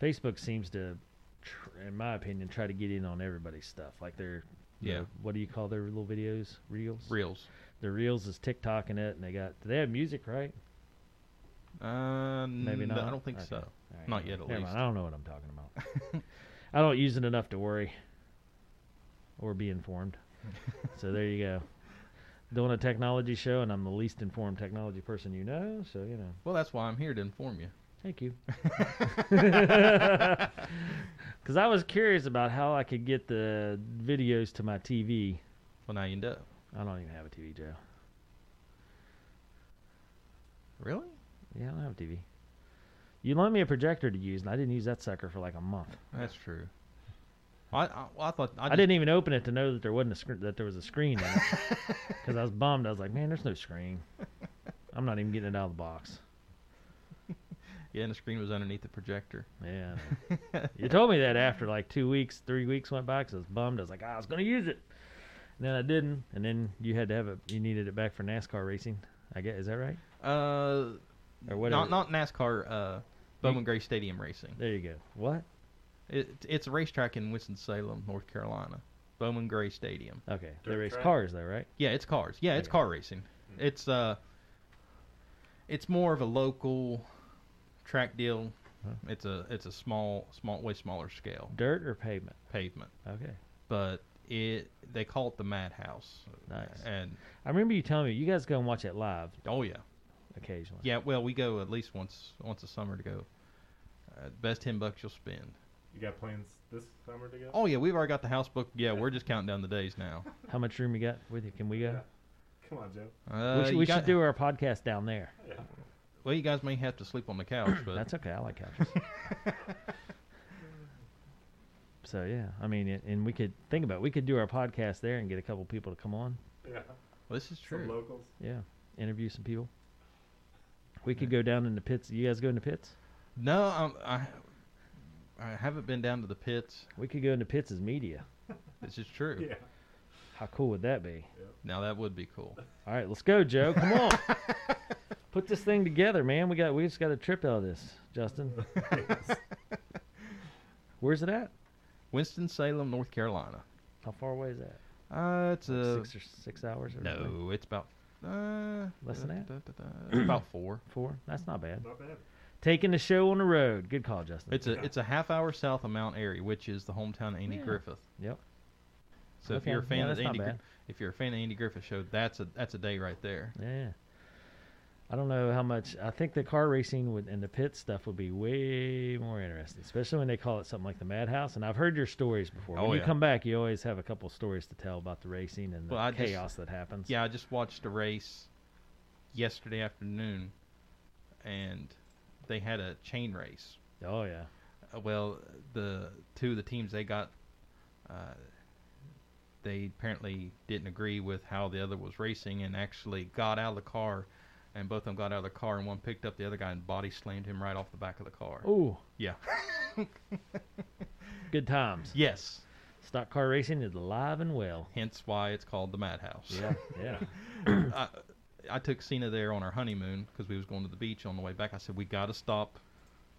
Speaker 1: Facebook seems to, tr- in my opinion, try to get in on everybody's stuff. Like their,
Speaker 2: Yeah.
Speaker 1: their- what do you call their little videos? Reels.
Speaker 2: reels.
Speaker 1: The reels is TikTok and it, and they got. Do they have music, right?
Speaker 2: Uh,
Speaker 1: Maybe
Speaker 2: n- I
Speaker 1: not?
Speaker 2: don't think
Speaker 1: Okay.
Speaker 2: so.
Speaker 1: All
Speaker 2: Not yet, at
Speaker 1: never
Speaker 2: least.
Speaker 1: Mind, I don't know what I'm talking about. I don't use it enough to worry or be informed. so there you go. Doing a technology show, and I'm the least informed technology person you know. So you know.
Speaker 2: Well, that's why I'm here to inform you.
Speaker 1: Thank you. Because I was curious about how I could get the videos to my TV.
Speaker 2: Well, now you know.
Speaker 1: I don't even have a TV, Joe.
Speaker 2: Really?
Speaker 1: Yeah, I don't have a TV. You loaned me a projector to use, and I didn't use that sucker for like a month.
Speaker 2: That's true. I I, well, I thought I,
Speaker 1: I,
Speaker 2: just-
Speaker 1: didn't even open it to know that there wasn't a screen that there was a screen in it because I was bummed. I was like, man, there's no screen. I'm not even getting it out of the box. e-
Speaker 2: Yeah, and the screen was underneath the projector.
Speaker 1: Yeah. you told me that after like two weeks, three weeks went by because I was bummed. I was like, "Ah, I was going to use it. And then I didn't. And then you had to have it, you needed it back for NASCAR racing. I guess, is that right?
Speaker 2: Uh,
Speaker 1: Or whatever.
Speaker 2: not not NASCAR. Uh, Bowman Gray Stadium Racing.
Speaker 1: There you go. What?
Speaker 2: It, it's a racetrack in Winston Salem, North Carolina. Bowman Gray Stadium.
Speaker 1: Okay. They
Speaker 3: Dirt
Speaker 1: race
Speaker 3: track?
Speaker 1: cars, though, right?
Speaker 2: Yeah, it's cars. Yeah, it's
Speaker 1: Okay.
Speaker 2: car racing.
Speaker 3: Hmm.
Speaker 2: It's uh, it's more of a local track deal.
Speaker 1: Huh.
Speaker 2: It's a it's a small small way smaller scale
Speaker 1: Dirt or pavement?
Speaker 2: pavement,
Speaker 1: Okay.
Speaker 2: but it they call it the Madhouse.
Speaker 1: Nice.
Speaker 2: And
Speaker 1: I remember you telling me you guys go and watch it live
Speaker 2: oh yeah,
Speaker 1: occasionally.
Speaker 2: yeah. Well, we go at least once once a summer to go. Uh, best ten bucks you'll spend.
Speaker 3: You got plans this summer to go?
Speaker 2: Oh yeah, we've already got the house booked. Yeah, we're just counting down the days now.
Speaker 1: How much room you got with you? Can we go?
Speaker 3: Come on, Joe.
Speaker 2: Uh,
Speaker 1: we should,
Speaker 2: you
Speaker 1: we
Speaker 2: got-
Speaker 1: should do our podcast down there.
Speaker 2: Well, you guys may have to sleep on the couch, but
Speaker 1: That's okay. I like couches. so yeah, I mean, it, and we could think about it. we could do our podcast there and get a couple people to come on.
Speaker 3: Yeah.
Speaker 2: this is
Speaker 3: Some
Speaker 2: true.
Speaker 3: locals.
Speaker 1: Yeah, interview some people. We could go down in the pits. You guys go in the pits?
Speaker 2: No, um, I I haven't been down to the pits.
Speaker 1: We could go into pits as media.
Speaker 2: This is true.
Speaker 3: Yeah.
Speaker 1: How cool would that be?
Speaker 2: Now that would be cool.
Speaker 1: All right, let's go, Joe. Come on, put this thing together, man. We got we just got a trip out of this, Justin. Where's it at?
Speaker 2: Winston Salem, North Carolina.
Speaker 1: How far away is that?
Speaker 2: Uh, it's
Speaker 1: Like
Speaker 2: a
Speaker 1: six or six hours or something?
Speaker 2: no. It's about uh,
Speaker 1: Less than that?
Speaker 2: da- da- da- it's about four.
Speaker 1: four. That's not bad.
Speaker 3: Not bad.
Speaker 1: Taking the show on the road. Good call, Justin.
Speaker 2: It's a it's a half hour south of Mount Airy, which is the hometown of Andy
Speaker 1: Yeah.
Speaker 2: Griffith.
Speaker 1: Yep.
Speaker 2: So if
Speaker 1: Okay,
Speaker 2: you're a fan
Speaker 1: yeah,
Speaker 2: of
Speaker 1: that's not
Speaker 2: Andy, Gri-
Speaker 1: bad.
Speaker 2: if you're a fan of Andy Griffith show, that's a that's a day right there.
Speaker 1: yeah. I don't know how much. I think the car racing would, and the pit stuff would be way more interesting, especially when they call it something like the Madhouse. And I've heard your stories before. When
Speaker 2: Oh,
Speaker 1: you
Speaker 2: yeah.
Speaker 1: come back, you always have a couple stories to tell about the racing and the
Speaker 2: Well, I just-
Speaker 1: chaos that happens.
Speaker 2: Yeah, I just watched a race yesterday afternoon, and they had a chain race.
Speaker 1: Oh yeah.
Speaker 2: Uh, well, the two of the teams they got, uh, they apparently didn't agree with how the other was racing, and actually got out of the car, and both of them got out of the car, and one picked up the other guy and body slammed him right off the back of the car.
Speaker 1: Ooh.
Speaker 2: Yeah.
Speaker 1: Good times.
Speaker 2: Yes.
Speaker 1: Stock car racing is alive and well.
Speaker 2: Hence why it's called the Madhouse.
Speaker 1: Yeah. Yeah.
Speaker 2: I, I took Cena there on our honeymoon because we was going to the beach on the way back. I said we got to stop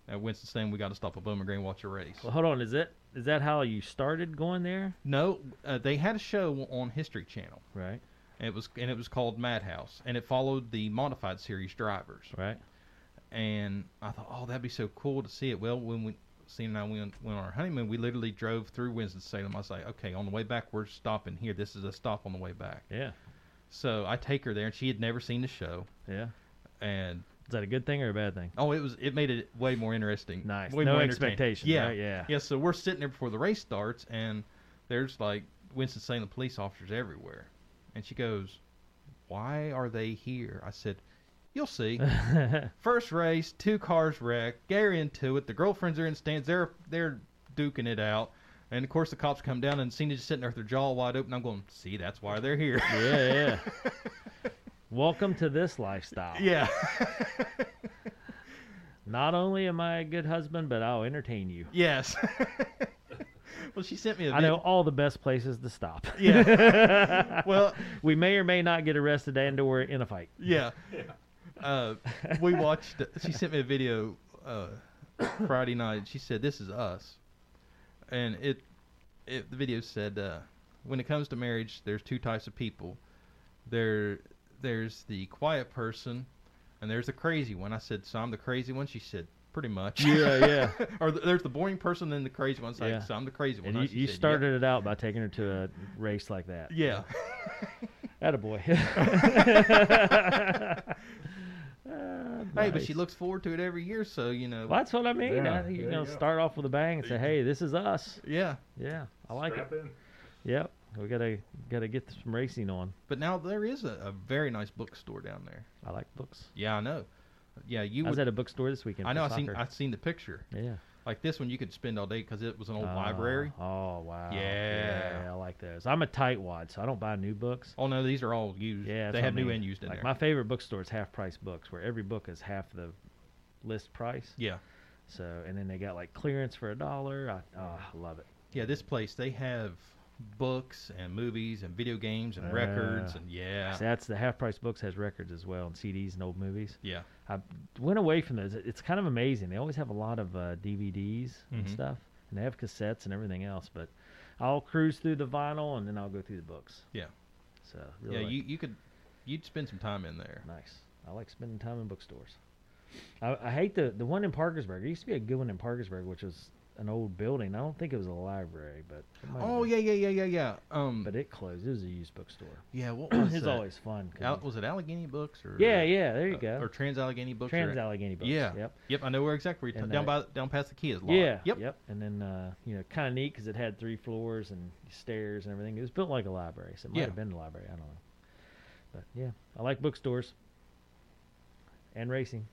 Speaker 2: at Winston Salem. We got to stop at Bowman Green and watch a race.
Speaker 1: well, hold on. Is that is that how you started going there?
Speaker 2: No, uh, they had a show on History Channel.
Speaker 1: Right.
Speaker 2: And it was and it was called Madhouse, and it followed the modified series drivers.
Speaker 1: Right.
Speaker 2: And I thought, oh, that'd be so cool to see it. Well, when we Cena and I went, went on our honeymoon, we literally drove through Winston Salem. I was like, okay, on the way back, we're stopping here. This is a stop on the way back.
Speaker 1: Yeah.
Speaker 2: So I take her there, and she had never seen the show,
Speaker 1: Yeah.
Speaker 2: and
Speaker 1: Is that a good thing or a bad thing?
Speaker 2: Oh, it was. It made it way more interesting.
Speaker 1: Nice.
Speaker 2: Way
Speaker 1: No
Speaker 2: more
Speaker 1: expectations,
Speaker 2: Yeah.
Speaker 1: right? Yeah.
Speaker 2: Yeah. So we're sitting there before the race starts, and there's like Winston Salem police officers everywhere, and she goes, "Why are they here?" I said, "You'll see. First race, two cars wrecked. Gary into it. The girlfriends are in stands. They're they're duking it out." And of course, the cops come down and Cena's just sitting there with her jaw wide open. I'm going, see, that's why they're here.
Speaker 1: Yeah, yeah. Welcome to this lifestyle.
Speaker 2: yeah.
Speaker 1: Not only am I a good husband, but I'll entertain you.
Speaker 2: yes. well, she sent me a
Speaker 1: I
Speaker 2: video.
Speaker 1: know all the best places to stop.
Speaker 2: Yeah. well,
Speaker 1: we may or may not get arrested and or in a fight.
Speaker 2: Yeah. Uh, we watched. She sent me a video uh, Friday night. She said, "This is us," and it, it the video said, uh, "When it comes to marriage, there's two types of people. There, there's the quiet person, and there's the crazy one." I said, "So I'm the crazy one." She said, "Pretty much."
Speaker 1: yeah.
Speaker 2: or th- there's the boring person and the crazy one. I said,
Speaker 1: Yeah.
Speaker 2: So I'm the crazy
Speaker 1: And
Speaker 2: one.
Speaker 1: you,
Speaker 2: huh?" She
Speaker 1: you
Speaker 2: said, "Yep."
Speaker 1: started it out by taking her to a race like that.
Speaker 2: Yeah.
Speaker 1: Attaboy. Uh,
Speaker 2: Hey, but
Speaker 1: nice.
Speaker 2: she looks forward to it every year, so you know.
Speaker 1: Well, that's what I mean.
Speaker 3: Yeah,
Speaker 1: I think you
Speaker 3: there
Speaker 1: know,
Speaker 3: you go.
Speaker 1: start off with a bang and say,
Speaker 3: There you
Speaker 1: "Hey, this is us."
Speaker 2: Yeah.
Speaker 1: Yeah, I like it.
Speaker 3: Strap in.
Speaker 1: Yep, we gotta gotta get some racing on.
Speaker 2: But now there is a, a very nice bookstore down there.
Speaker 1: I like books.
Speaker 2: Yeah, I know. Yeah, you
Speaker 1: I was
Speaker 2: would.
Speaker 1: at a bookstore this weekend.
Speaker 2: I
Speaker 1: for
Speaker 2: know. I seen.
Speaker 1: soccer.
Speaker 2: I seen the picture.
Speaker 1: Yeah.
Speaker 2: Like this one, you could spend all day because it was an old
Speaker 1: Oh,
Speaker 2: library.
Speaker 1: Oh wow.
Speaker 2: Yeah.
Speaker 1: I like those. I'm a tightwad, so I don't buy new books.
Speaker 2: Oh no, these are all used.
Speaker 1: Yeah, that's
Speaker 2: they
Speaker 1: what
Speaker 2: have
Speaker 1: I
Speaker 2: new
Speaker 1: mean.
Speaker 2: and used in
Speaker 1: like
Speaker 2: there.
Speaker 1: my favorite bookstore is half price books, where every book is half the list price.
Speaker 2: yeah,
Speaker 1: So and then they got like clearance for a dollar. I, oh, I love it.
Speaker 2: yeah. This place they have books and movies and video games and records
Speaker 1: Yeah.
Speaker 2: and yeah,
Speaker 1: So that's the half price books has records as well and CDs and old movies.
Speaker 2: yeah.
Speaker 1: I went away from those. It's kind of amazing. They always have a lot of uh, DVDs and
Speaker 2: Mhm.
Speaker 1: stuff, and they have cassettes and everything else. But I'll cruise through the vinyl and then I'll go through the books.
Speaker 2: Yeah.
Speaker 1: So really
Speaker 2: yeah,
Speaker 1: like-
Speaker 2: you you could you'd spend some time in there.
Speaker 1: nice. I like spending time in bookstores. I, I hate the the one in Parkersburg. It used to be a good one in Parkersburg, which was an old building. I don't think it was a library, but it might have
Speaker 2: Oh
Speaker 1: been.
Speaker 2: yeah, yeah, yeah, yeah, yeah. Um,
Speaker 1: But it closed. It was a used bookstore.
Speaker 2: yeah, what was
Speaker 1: it's
Speaker 2: that?
Speaker 1: always fun. 'cause
Speaker 2: Al-
Speaker 1: you-
Speaker 2: was it Allegheny Books or
Speaker 1: yeah, yeah. There you
Speaker 2: uh,
Speaker 1: go.
Speaker 2: or Trans Allegheny Books or-
Speaker 1: Trans Allegheny books.
Speaker 2: Yeah.
Speaker 1: Yep.
Speaker 2: Yep, I know where exactly. We're
Speaker 1: And
Speaker 2: down by
Speaker 1: that-
Speaker 2: down past the Kia's lot.
Speaker 1: Yeah.
Speaker 2: Yep.
Speaker 1: And then uh, you know, kind of neat because it had three floors and stairs and everything. It was built like a library, so it might
Speaker 2: Yeah.
Speaker 1: have been a library. I don't know. But yeah, I like bookstores and racing.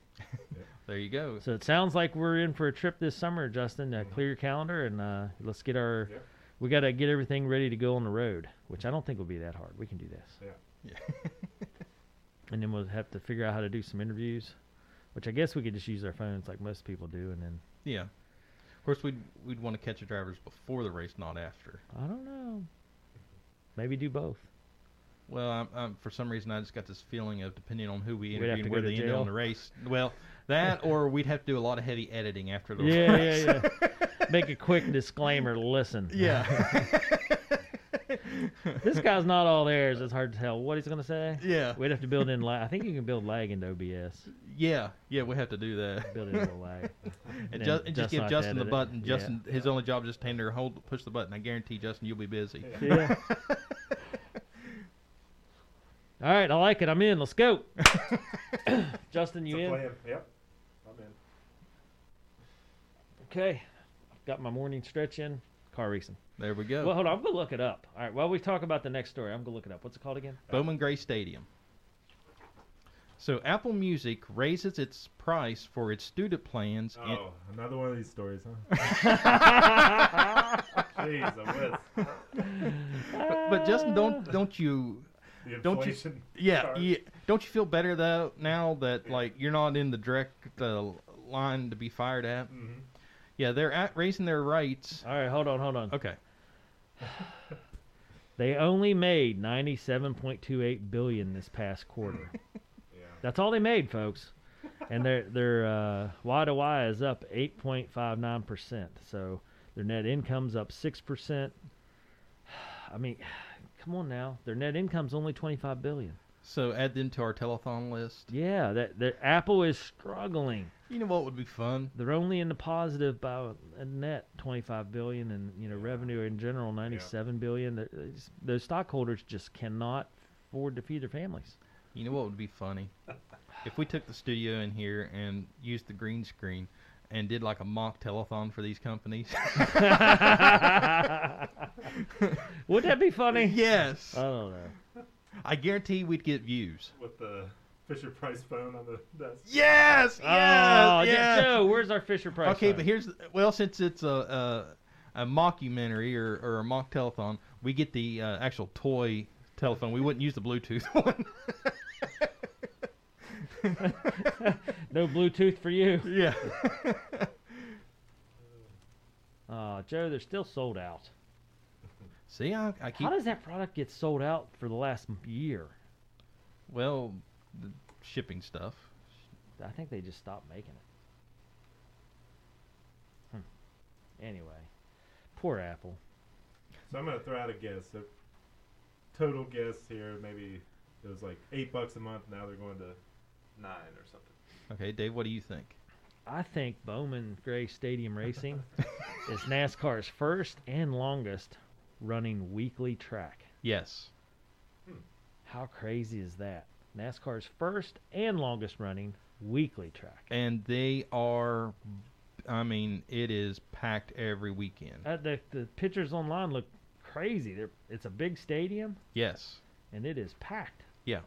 Speaker 2: There you go.
Speaker 1: So it sounds like we're in for a trip this summer, Justin.
Speaker 2: Mm-hmm.
Speaker 1: Uh, clear your calendar and uh, let's get our.
Speaker 3: Yep.
Speaker 1: We got to get everything ready to go on the road, which I don't think will be that hard. We can do this.
Speaker 3: Yeah.
Speaker 2: Yeah.
Speaker 1: And then we'll have to figure out how to do some interviews, which I guess we could just use our phones like most people do. And then
Speaker 2: yeah. Of course, we'd we'd want to catch the drivers before the race, not after.
Speaker 1: I don't know. Maybe do both.
Speaker 2: Well, I'm, i for some reason, I just got this feeling of depending on who we
Speaker 1: We'd have
Speaker 2: interview
Speaker 1: to
Speaker 2: and
Speaker 1: go
Speaker 2: where
Speaker 1: to
Speaker 2: they end
Speaker 1: jail.
Speaker 2: on the race. Well, that or we'd have to do a lot of heavy editing after the
Speaker 1: Yeah,
Speaker 2: race.
Speaker 1: yeah, yeah. Make a quick disclaimer. Listen,
Speaker 2: yeah.
Speaker 1: this guy's not all there. It's hard to tell what he's gonna say.
Speaker 2: Yeah.
Speaker 1: We'd have to build in lag. I think you can build lag into OBS.
Speaker 2: Yeah, yeah, we have to do that.
Speaker 1: Build in a little lag.
Speaker 2: and
Speaker 1: then
Speaker 2: ju- and
Speaker 1: Justin
Speaker 2: just give
Speaker 1: will have to
Speaker 2: Justin the
Speaker 1: edit it.
Speaker 2: button.
Speaker 1: Yeah.
Speaker 2: Justin, his only job is just stand there, hold, push the button. I guarantee Justin, you'll be busy.
Speaker 1: Yeah. all right, I like it. I'm in. Let's go. Justin,
Speaker 3: It's
Speaker 1: you
Speaker 3: a
Speaker 1: in?
Speaker 3: plan. Yep. I'm in.
Speaker 1: Okay. I've got my morning stretch in. Car racing.
Speaker 2: There we go.
Speaker 1: Well, hold on. I'm gonna look it up. All right. While we talk about the next story, I'm gonna look it up. What's it called again?
Speaker 2: Bowman Gray Stadium. So Apple Music raises its price for its student plans.
Speaker 3: Oh,
Speaker 2: and-
Speaker 3: another one of these stories, huh? Jeez, I wish.
Speaker 2: but, but Justin, don't don't you
Speaker 3: The
Speaker 2: Don't you-
Speaker 3: inflation
Speaker 2: yeah,
Speaker 3: chart.
Speaker 2: yeah don't you feel better though now that like you're not in the direct uh, line to be fired at?
Speaker 3: Mhm.
Speaker 2: Yeah, they're at raising their rights.
Speaker 1: Ah. All right. Hold on. Hold on.
Speaker 2: Okay.
Speaker 1: They only made 97.28 billion this past quarter.
Speaker 3: Yeah.
Speaker 1: That's all they made, folks. And their their uh, Y to Y is up 8.59 percent. So their net income's up six percent. I mean, come on now. Their net income's only 25 billion.
Speaker 2: So add them to our telethon list.
Speaker 1: Yeah, that, that Apple is struggling.
Speaker 2: You know what would be fun?
Speaker 1: They're only in the positive by a net 25 billion, and you know revenue in general 97 billion. Their- their- Their stockholders just cannot afford to feed their families.
Speaker 2: You know what would be funny? If we took the studio in here and used the green screen and did like a mock telethon for these companies.
Speaker 1: Would that be funny?
Speaker 2: yes.
Speaker 1: I don't know.
Speaker 2: I guarantee we'd get views.
Speaker 3: With the Fisher Price phone on the desk.
Speaker 2: Yes. Yes.
Speaker 1: oh,
Speaker 2: yes.
Speaker 1: Joe, where's our Fisher Price?
Speaker 2: okay,
Speaker 1: phone?
Speaker 2: but here's well, since it's a a, a mockumentary or, or a mock telethon, we get the uh, actual toy telephone. We wouldn't use the Bluetooth one.
Speaker 1: no Bluetooth for you.
Speaker 2: yeah.
Speaker 1: Oh, Joe, they're still sold out.
Speaker 2: See, I, I keep
Speaker 1: How does that product get sold out for the last m- year?
Speaker 2: well the shipping stuff.
Speaker 1: I think they just stopped making it. Hmm. Anyway, poor Apple.
Speaker 3: So I'm gonna throw out a guess. So total guess here, maybe it was like eight bucks a month. Now they're going to nine or something.
Speaker 2: Okay, Dave, what do you think?
Speaker 1: I think Bowman Gray Stadium Racing is NASCAR's first and longest running weekly track.
Speaker 2: Yes.
Speaker 1: How crazy is that? NASCAR's first and longest running weekly track.
Speaker 2: and they are i mean it is packed every weekend
Speaker 1: Uh, the, the pictures online look crazy. They're, it's a big stadium
Speaker 2: yes
Speaker 1: and it is packed.
Speaker 2: Yeah.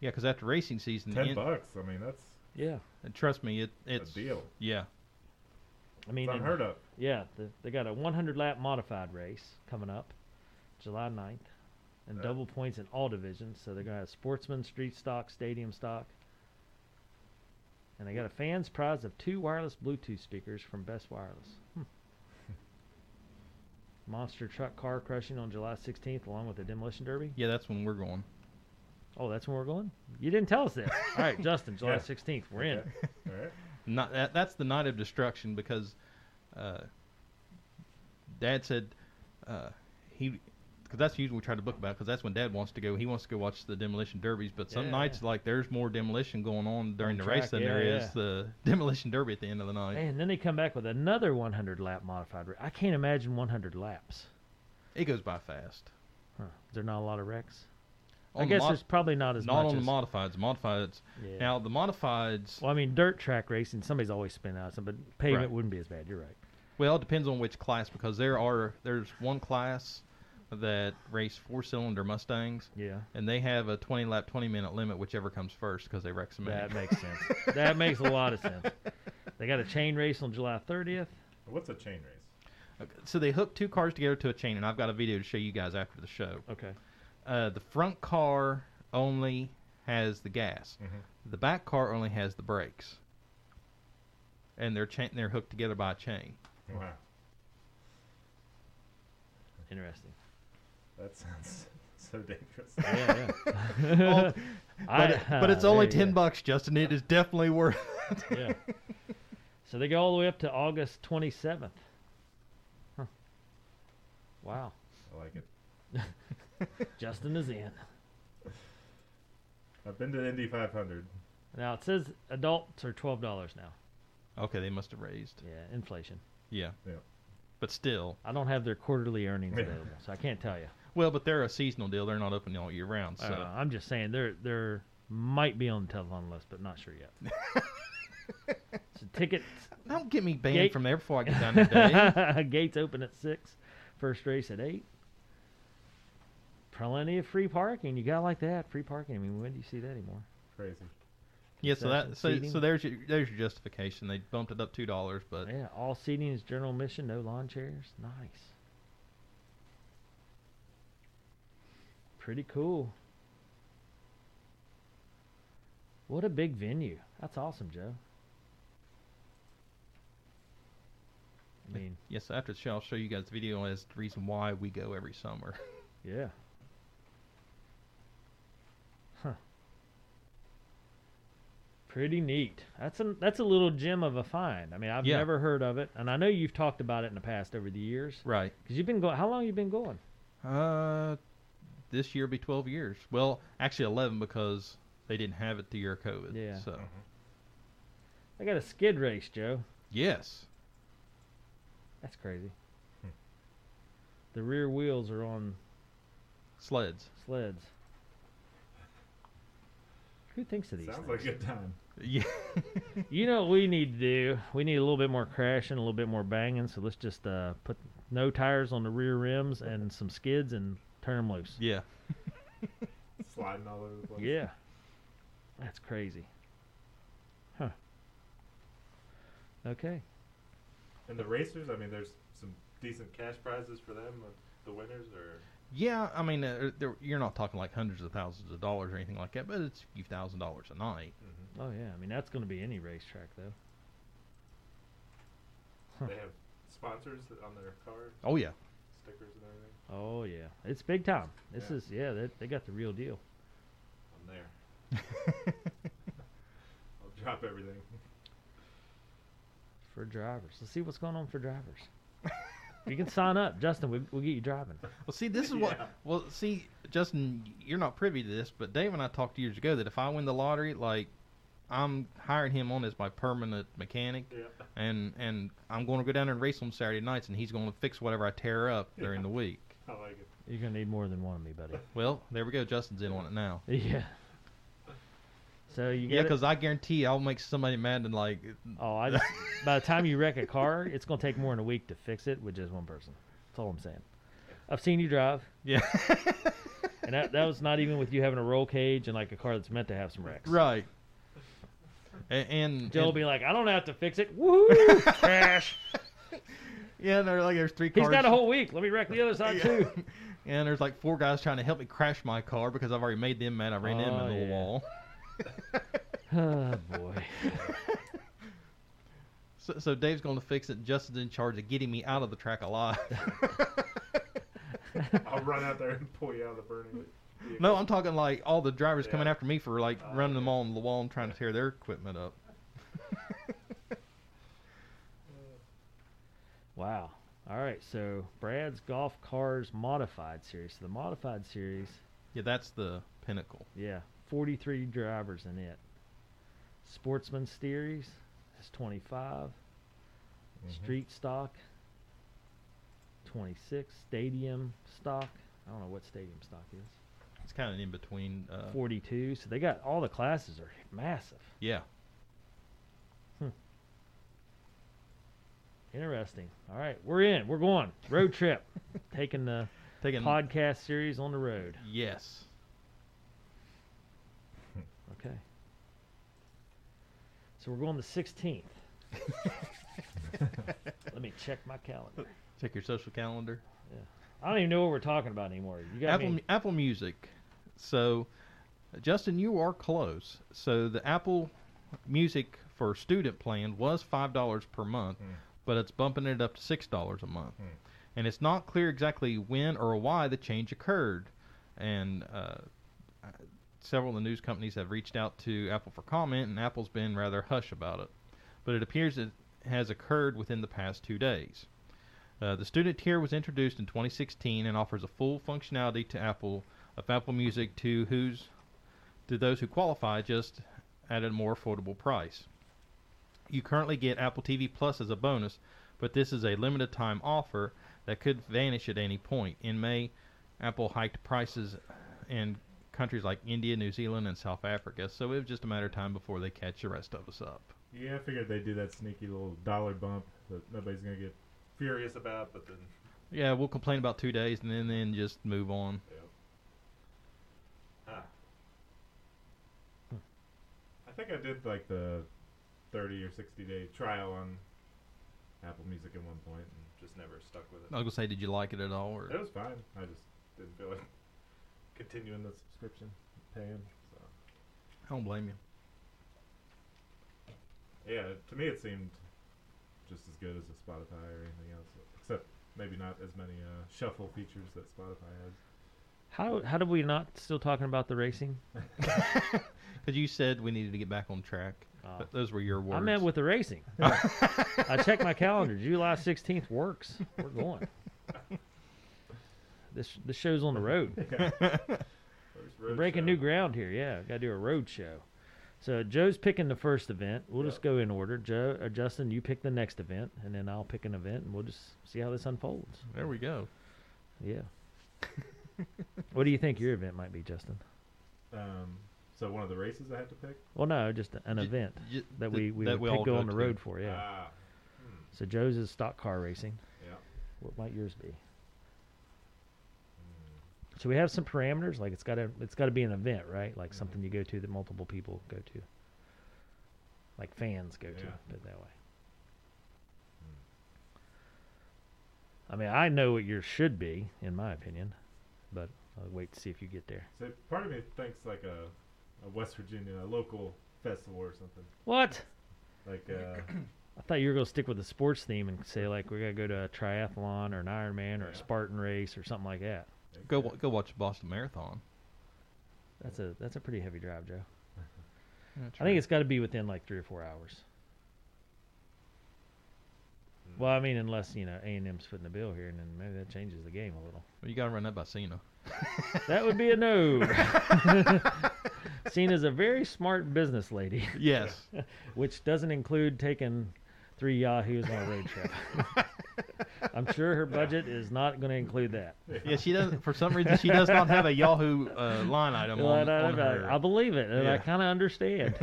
Speaker 2: Yeah, because after racing season,
Speaker 3: Ten
Speaker 2: in-
Speaker 3: bucks. I mean, that's
Speaker 1: Yeah,
Speaker 2: and trust me, it it's
Speaker 3: a deal.
Speaker 2: Yeah,
Speaker 1: I mean,
Speaker 3: It's
Speaker 1: and-
Speaker 3: unheard of.
Speaker 1: yeah, the, they got a 100 lap modified race coming up, July 9th, and
Speaker 3: Uh.
Speaker 1: double points in all divisions. So they're gonna have sportsman, street stock, stadium stock, and they got a fans prize of two wireless Bluetooth speakers from Best Wireless. Hmm. Monster truck car crushing on July 16th, along with the demolition derby.
Speaker 2: yeah, that's when we're going.
Speaker 1: Oh, that's when we're going. You didn't tell us this. All right, Justin, July
Speaker 3: Yeah.
Speaker 1: 16th, we're in.
Speaker 3: Okay. All right.
Speaker 2: Not that, that's the night of destruction because uh, Dad said uh, he because that's usually we try to book about because that's when Dad wants to go. He wants to go watch the demolition derbies, but some
Speaker 1: Yeah,
Speaker 2: nights like there's more demolition going on during
Speaker 1: On
Speaker 2: the
Speaker 1: track,
Speaker 2: race than
Speaker 1: yeah,
Speaker 2: there is
Speaker 1: yeah.
Speaker 2: the demolition derby at the end of the night.
Speaker 1: And then they come back with another 100 lap modified. ra- I can't imagine 100 laps.
Speaker 2: It goes by fast.
Speaker 1: Huh. Is there not a lot of wrecks? I
Speaker 2: On the
Speaker 1: guess
Speaker 2: mod-
Speaker 1: there's probably not as
Speaker 2: not
Speaker 1: much.
Speaker 2: on the
Speaker 1: as-
Speaker 2: modifieds. Modifieds
Speaker 1: Yeah.
Speaker 2: now the modifieds.
Speaker 1: well, I mean, dirt track racing, somebody's always spinning out, some- but pavement
Speaker 2: Right.
Speaker 1: wouldn't be as bad. You're right.
Speaker 2: Well, it depends on which class because there are there's one class that race four cylinder Mustangs
Speaker 1: Yeah.
Speaker 2: and they have a 20 lap 20 minute limit whichever comes first because they wreck so many.
Speaker 1: That makes sense. That makes a lot of sense. They got a chain race on July 30th.
Speaker 3: What's a chain race?
Speaker 2: Okay, So they hook two cars together to a chain and I've got a video to show you guys after the show.
Speaker 1: Okay.
Speaker 2: Uh, the front car only has the gas. The back car only has the brakes. And they're cha- they're hooked together by a chain.
Speaker 3: Wow,
Speaker 1: Interesting.
Speaker 3: that sounds so dangerous.
Speaker 1: Yeah, yeah.
Speaker 2: Well, but,
Speaker 1: I-
Speaker 2: but it's
Speaker 1: there
Speaker 2: only
Speaker 1: you
Speaker 2: 10
Speaker 1: go.
Speaker 2: bucks, Justin. It is definitely worth it.
Speaker 1: yeah. So they go all the way up to August 27th. Huh. Wow.
Speaker 3: I like it.
Speaker 1: Justin is in.
Speaker 3: I've been to the Indy 500.
Speaker 1: Now it says adults are $12 now.
Speaker 2: Okay, they must have raised.
Speaker 1: Yeah, inflation.
Speaker 2: Yeah.
Speaker 3: Yeah.
Speaker 2: But still.
Speaker 1: I don't have their quarterly earnings
Speaker 3: Yeah.
Speaker 1: available, so I can't tell you.
Speaker 2: Well, but they're a seasonal deal. They're not open all year round. So
Speaker 1: I don't know. I'm just saying they're they're might be on the telephone list, but not sure yet. so tickets
Speaker 2: don't get me banned
Speaker 1: Gate-
Speaker 2: from there before I get down there. Dave.
Speaker 1: gates open at six, first race at eight. Plenty of free parking. You got like that free parking. I mean, when do you see that anymore?
Speaker 3: Crazy.
Speaker 2: yeah. So that
Speaker 1: Concession
Speaker 2: so,
Speaker 1: seating.
Speaker 2: so there's your there's your justification. They bumped it up two dollars, but
Speaker 1: Yeah, all seating is general admission, no lawn chairs. Nice. Pretty cool. What a big venue. That's awesome, Joe. I mean,
Speaker 2: yes. After the show, I'll show you guys the video as the reason why we go every summer.
Speaker 1: yeah. Huh. Pretty neat. That's a that's a little gem of a find. I mean, I've
Speaker 2: Yeah.
Speaker 1: never heard of it, and I know you've talked about it in the past over the years.
Speaker 2: Right.
Speaker 1: Cause you've been going. How long you been going?
Speaker 2: Uh, this year will be twelve years. Well, actually eleven because they didn't have it the year of COVID.
Speaker 1: Yeah. Mm-hmm.
Speaker 2: So
Speaker 1: I got a skid race, Joe.
Speaker 2: yes.
Speaker 1: That's crazy.
Speaker 3: Hmm.
Speaker 1: The rear wheels are on
Speaker 2: Sleds.
Speaker 1: sleds. Who thinks of these?
Speaker 3: Sounds like a
Speaker 1: things?
Speaker 3: good time.
Speaker 2: Yeah.
Speaker 1: You know what we need to do? We need a little bit more crashing, a little bit more banging. So let's just uh, put no tires on the rear rims and some skids and turn them loose.
Speaker 2: yeah.
Speaker 3: Sliding all over the place.
Speaker 1: Yeah. That's crazy. Huh. Okay.
Speaker 3: And the racers, I mean, there's some decent cash prizes for them, uh, the winners, or
Speaker 2: Yeah, I mean, uh, there, you're not talking like hundreds of thousands of dollars or anything like that, but it's a few thousand dollars a night.
Speaker 1: Oh yeah. I mean that's going to be any racetrack though. Huh.
Speaker 3: they have sponsors that- on their car
Speaker 2: Oh yeah,
Speaker 3: stickers and everything.
Speaker 1: Oh yeah, it's big time. This
Speaker 3: Yeah.
Speaker 1: is yeah, they, they got the real deal.
Speaker 3: I'm there. I'll drop everything.
Speaker 1: for drivers. Let's see what's going on for drivers. you can sign up, Justin. We, we'll get you driving.
Speaker 2: Well, see, this is what.
Speaker 3: Yeah.
Speaker 2: Well, see, Justin, you're not privy to this, but Dave and I talked years ago that if I win the lottery, like, I'm hiring him on as my permanent mechanic,
Speaker 3: Yeah.
Speaker 2: and and I'm going to go down there and race on Saturday nights, and he's going to fix whatever I tear up during
Speaker 3: Yeah.
Speaker 2: the week.
Speaker 3: I like it.
Speaker 1: You're gonna need more than one of me, buddy.
Speaker 2: Well, there we go. Justin's in on it now.
Speaker 1: Yeah. So you
Speaker 2: Yeah,
Speaker 1: get
Speaker 2: because I guarantee I'll make somebody mad and like,
Speaker 1: oh, I just, by the time you wreck a car, it's gonna take more than a week to fix it with just one person. That's all I'm saying. I've seen you drive,
Speaker 2: Yeah.
Speaker 1: and that, that was not even with you having a roll cage and like a car that's meant to have some wrecks.
Speaker 2: right. A- And,
Speaker 1: Joe will
Speaker 2: and-
Speaker 1: be like, I don't have to fix it. Woohoo! Crash.
Speaker 2: yeah, there like there's three cars.
Speaker 1: He's got a whole week. Let me wreck the other side
Speaker 2: Yeah.
Speaker 1: too.
Speaker 2: And there's like four guys trying to help me crash my car because I've already made them mad. I ran them
Speaker 1: Oh,
Speaker 2: into the
Speaker 1: yeah.
Speaker 2: wall.
Speaker 1: Oh boy.
Speaker 2: So, so Dave's going to fix it. Justin's in charge of getting me out of the track alive.
Speaker 3: I'll run out there and pull you out of the burning. vehicle.
Speaker 2: no, I'm talking like all the drivers coming
Speaker 3: Yeah.
Speaker 2: after me for like
Speaker 3: Oh,
Speaker 2: running them
Speaker 3: yeah.
Speaker 2: on the wall and trying to tear their equipment up.
Speaker 1: Wow. All right. So Brad's golf cars modified series. So the modified series,
Speaker 2: Yeah, that's the pinnacle.
Speaker 1: yeah, 43 drivers in it. Sportsman series is 25.
Speaker 3: Mhm.
Speaker 2: Mm-hmm.
Speaker 1: Street stock 26. Stadium stock. I don't know what stadium stock is.
Speaker 2: It's kind of in between. Uh,
Speaker 1: 42. So they got all the classes are massive.
Speaker 2: yeah,
Speaker 1: Interesting. All right, we're in. We're going road trip, taking the
Speaker 2: taking
Speaker 1: podcast series on the road.
Speaker 2: Yes.
Speaker 1: Okay. So we're going the 16th. Let me check my calendar.
Speaker 2: Check your social calendar.
Speaker 1: I don't even know what we're talking about anymore. You got
Speaker 2: Apple
Speaker 1: me.
Speaker 2: Apple Music. So, Justin, you are close. So the Apple Music for student plan was five dollars per month,
Speaker 3: Hmm.
Speaker 2: but it's bumping it up to six dollars a month.
Speaker 3: Hmm.
Speaker 2: And it's not clear exactly when or why the change occurred. And uh, several of the news companies have reached out to Apple for comment, and Apple's been rather hush about it. But it appears it has occurred within the past two days. Uh, the student tier was introduced in 2016 and offers a full functionality to Apple of Apple Music to who's to those who qualify, just at a more affordable price. You currently get Apple TV Plus as a bonus, but this is a limited time offer that could vanish at any point. In May, Apple hiked prices in countries like India, New Zealand, and South Africa, so it was just a matter of time before they catch the rest of us up.
Speaker 3: Yeah, I figured they'd do that sneaky little dollar bump that nobody's gonna get furious about, but then
Speaker 2: Yeah, we'll complain about two days and then, then just move on.
Speaker 3: I think I did like the thirty or sixty day trial on Apple Music at one point and just never stuck with
Speaker 2: I was gonna say, did you like it at all? Or
Speaker 3: It was fine. I just didn't feel like continuing the subscription, paying. So
Speaker 2: I don't blame you.
Speaker 3: yeah, to me it seemed just as good as a Spotify or anything else, except maybe not as many uh, shuffle features that Spotify has.
Speaker 1: How how did we not still talking about the racing?
Speaker 2: Because you said we needed to get back on track.
Speaker 1: Uh,
Speaker 2: Th- Those were your words.
Speaker 1: I meant with the racing. I checked my calendar. July 16th works. We're going. This this show's on the road.
Speaker 3: First
Speaker 1: We're
Speaker 3: road
Speaker 1: breaking
Speaker 3: show.
Speaker 1: new ground here. Yeah, got to do a road show. So Joe's picking the first event. We'll just
Speaker 3: Yep.
Speaker 1: go in order. Joe or Justin, you pick the next event, and then I'll pick an event, and we'll just see how this unfolds.
Speaker 2: There we go.
Speaker 1: Yeah. what do you think your event might be, Justin?
Speaker 3: Um, so one of the races I had to pick.
Speaker 1: Well, no, just an
Speaker 2: Ju-
Speaker 1: event
Speaker 2: ju-
Speaker 1: that
Speaker 2: th-
Speaker 1: we we
Speaker 2: that
Speaker 1: would pick
Speaker 2: all
Speaker 1: go
Speaker 2: go
Speaker 1: on the
Speaker 2: to.
Speaker 1: road for. Yeah.
Speaker 3: Ah,
Speaker 1: so Joe's is stock car racing.
Speaker 3: yeah.
Speaker 1: What might yours be? So we have some parameters, like it's gotta it's gotta be an event, right? Like
Speaker 2: Mm-hmm.
Speaker 1: something you go to that multiple people go to. Like fans go to,
Speaker 3: Yeah.
Speaker 1: put it that way. I mean, I know what yours should be, in my opinion, but I'll wait to see if you get there.
Speaker 3: So part of me thinks like a, a West Virginia local festival or something.
Speaker 1: What?
Speaker 3: Like uh,
Speaker 1: I thought you were gonna stick with the sports theme and say like we gotta go to a triathlon or an Ironman or
Speaker 3: Yeah.
Speaker 1: a Spartan race or something like that.
Speaker 2: Go wa- go watch the Boston Marathon.
Speaker 1: That's a that's a pretty heavy drive, Joe.
Speaker 2: That's
Speaker 1: I
Speaker 2: right.
Speaker 1: think it's got to be within like three or four hours.
Speaker 3: Mm.
Speaker 1: Well, I mean, unless you know A and M's footing the bill here, and then maybe that changes the game a little.
Speaker 2: Well, you gotta run that by Cena.
Speaker 1: That would be a no. Cena's a very smart business lady,
Speaker 2: Yes.
Speaker 1: which doesn't include taking three Yahoos on a road trip. I'm sure her budget is not going to include that.
Speaker 2: yeah. She doesn't. For some reason, she does not have a Yahoo uh, line item
Speaker 1: Well,
Speaker 2: on,
Speaker 1: I-
Speaker 2: on
Speaker 1: I-
Speaker 2: her.
Speaker 1: I believe it, and I
Speaker 2: Yeah.
Speaker 1: kind of understand.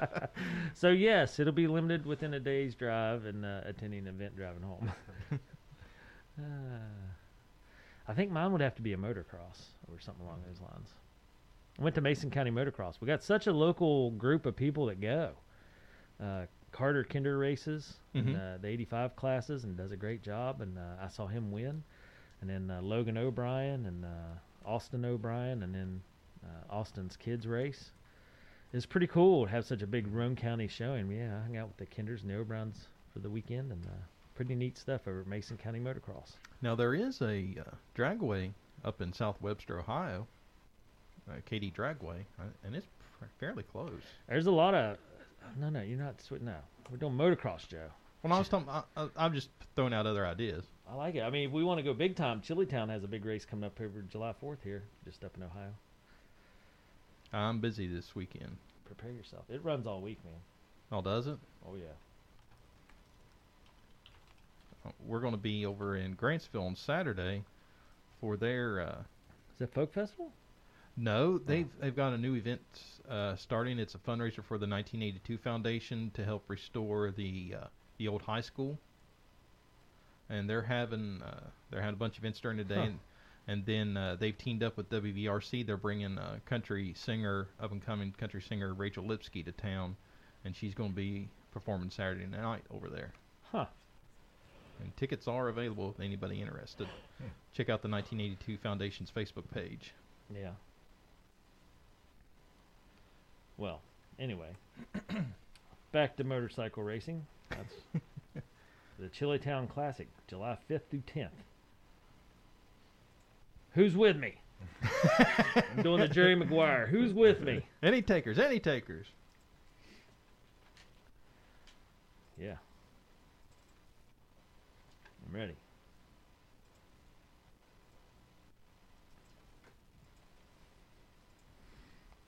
Speaker 1: so yes, it'll be limited within a day's drive and uh, attending an event driving home. Ah. I think mine would have to be a motocross or something along those lines. I went to Mason County Motocross. We got such a local group of people that go. Uh, Carter Kinder races and, uh, the 85 classes and does a great job, and uh, I saw him win. And then uh, Logan O'Brien and uh, Austin O'Brien, and then uh, Austin's kids race. It's pretty cool to have such a big Rome County showing. Yeah, I hung out with the Kinders and the O'Briens for the weekend, and uh, pretty neat stuff over at Mason County Motocross.
Speaker 2: Now there is a uh, dragway up in South Webster, Ohio, uh, Katy Dragway, uh, and it's pr- fairly close.
Speaker 1: There's a lot of. No, no, you're not. swi- No, we're doing motocross, Joe.
Speaker 2: When I was talking, I, I, I'm just throwing out other ideas.
Speaker 1: I like it. I mean, if we want to go big time, Chili Town has a big race coming up over July 4th here, just up in Ohio.
Speaker 2: I'm busy this weekend.
Speaker 1: Prepare yourself. It runs all week, man.
Speaker 2: Oh, does it?
Speaker 1: Oh yeah.
Speaker 2: We're going to be over in Grantsville on Saturday for their. Uh,
Speaker 1: Is that Folk Festival?
Speaker 2: no, they've they've got a new event uh, starting. It's a fundraiser for the 1982 Foundation to help restore the uh, the old high school. And they're having uh, they're having a bunch of events during the day,
Speaker 1: Huh.
Speaker 2: and, and then uh, they've teamed up with WVRC. They're bringing uh, country singer up and coming country singer Rachel Lipsky to town, and she's going to be performing Saturday night over there.
Speaker 1: Huh.
Speaker 2: And tickets are available if anybody interested. Check out the 1982 Foundation's Facebook page.
Speaker 1: Yeah. Well, anyway, back to motorcycle racing. That's the Chili Town Classic, July 5th through 10th. Who's with me? I'm doing the Jerry Maguire. Who's with me?
Speaker 2: Any takers? Any takers?
Speaker 1: Yeah. I'm ready.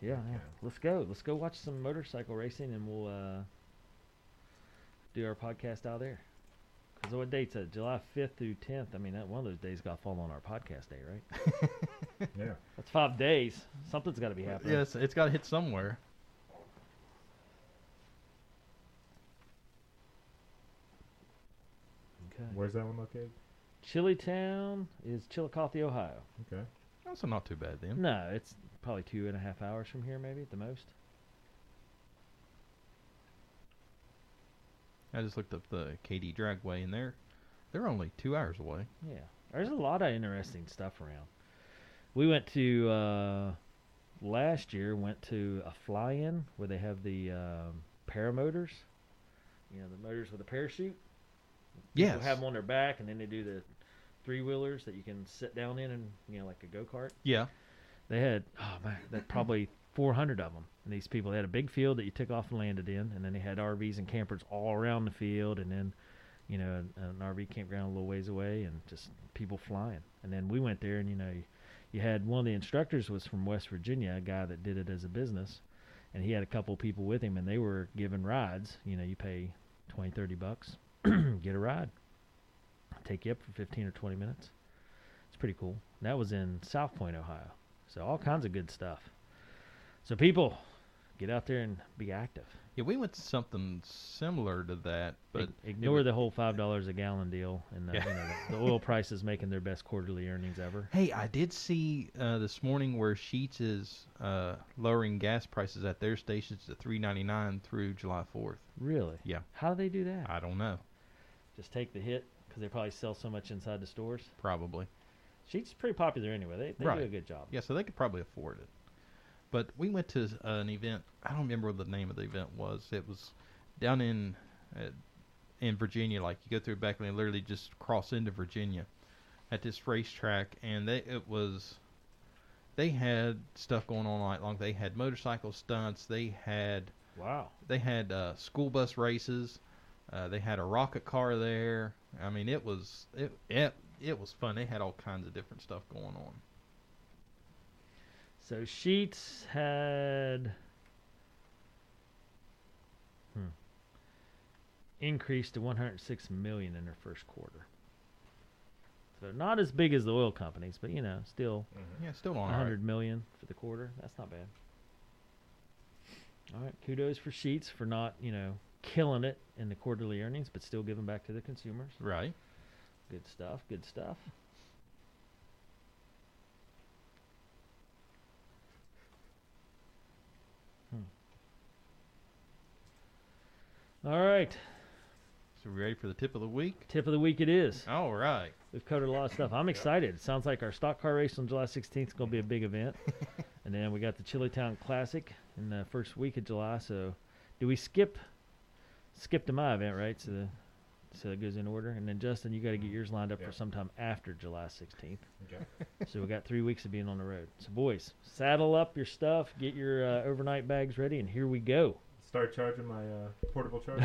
Speaker 1: Yeah, yeah.
Speaker 3: Yeah.
Speaker 1: Let's go. Let's go watch some motorcycle racing and we'll uh, do our podcast out there. Because what date's that? July 5th through 10th. I mean, that one of those days got to fall on our podcast day, right?
Speaker 3: Yeah.
Speaker 1: That's five days. Something's got to be happening.
Speaker 2: Yes, it's got to hit somewhere.
Speaker 1: Okay.
Speaker 3: Where's that one located?
Speaker 1: Chili Town is Chillicothe, Ohio.
Speaker 3: Okay.
Speaker 2: Also, not too bad then.
Speaker 1: No, it's probably two and a half hours from here, maybe at the most.
Speaker 2: I just looked up the KD Dragway, and they're they're only two hours away.
Speaker 1: Yeah, there's a lot of interesting stuff around. We went to uh, last year. Went to a fly-in where they have the um, paramotors. You know, the motors with a parachute. People
Speaker 2: Yes.
Speaker 1: have them on their back, and then they do the three-wheelers that you can sit down in, and you know, like a go-kart.
Speaker 2: Yeah.
Speaker 1: They had oh man, that probably 400 of them. And these people they had a big field that you took off and landed in, and then they had RVs and campers all around the field, and then you know an, an RV campground a little ways away, and just people flying. And then we went there, and you know, you, you had one of the instructors was from West Virginia, a guy that did it as a business, and he had a couple people with him, and they were giving rides. You know, you pay 20, 30 bucks, get a ride, take you up for 15 or 20 minutes. It's pretty cool. And that was in South Point, Ohio. So all kinds of good stuff. So people, get out there and be active.
Speaker 2: Yeah, we went to something similar to that, but
Speaker 1: Ig-
Speaker 2: it
Speaker 1: ignore
Speaker 2: wa-
Speaker 1: the whole five dollars a gallon deal and the,
Speaker 2: Yeah.
Speaker 1: you know, the, the oil price is making their best quarterly earnings ever.
Speaker 2: Hey, I did see uh, this morning where Sheets is uh, lowering gas prices at their stations to three ninety nine through July fourth.
Speaker 1: Really?
Speaker 2: Yeah.
Speaker 1: How do they do that?
Speaker 2: I don't know.
Speaker 1: Just take the hit because they probably sell so much inside the stores.
Speaker 2: Probably.
Speaker 1: Sheets is pretty popular anyway. They, they do a
Speaker 2: Right.
Speaker 1: good job.
Speaker 2: Yeah, so they could probably afford it. But we went to uh, an event. I don't remember what the name of the event was. It was down in uh, in Virginia. Like you go through back and literally just cross into Virginia at this racetrack, and they it was they had stuff going on all night long. They had motorcycle stunts. They had
Speaker 1: Wow.
Speaker 2: they had uh, school bus races. Uh, they had a rocket car there. I mean, it was it, it it was fun. They had all kinds of different stuff going on.
Speaker 1: So Sheets had hmm, increased to 106 million in their first quarter. So not as big as the oil companies, but you know, still
Speaker 3: Mm-hmm.
Speaker 2: Yeah, still on
Speaker 1: 100 million for the quarter. That's not bad. All right, kudos for Sheets for not, you know, killing it in the quarterly earnings, but still giving back to the consumers.
Speaker 2: Right.
Speaker 1: Good stuff. Good stuff. Hmm. All right.
Speaker 2: So we ready for the tip of the week?
Speaker 1: Tip of the week it is.
Speaker 2: All right.
Speaker 1: We've covered a lot of stuff. I'm excited. It sounds like our stock car race on July 16th is going to be a big event. and then we got the Chilitown Classic in the first week of July. So, do we skip skip to my event, right? So, the, so it goes in order. And then Justin, you got to get yours lined up
Speaker 3: Yeah.
Speaker 1: for sometime after July 16th.
Speaker 3: Okay.
Speaker 1: so we got three weeks of being on the road. So boys, saddle up your stuff, get your uh, overnight bags ready, and here we go.
Speaker 3: Start charging my uh, portable charger.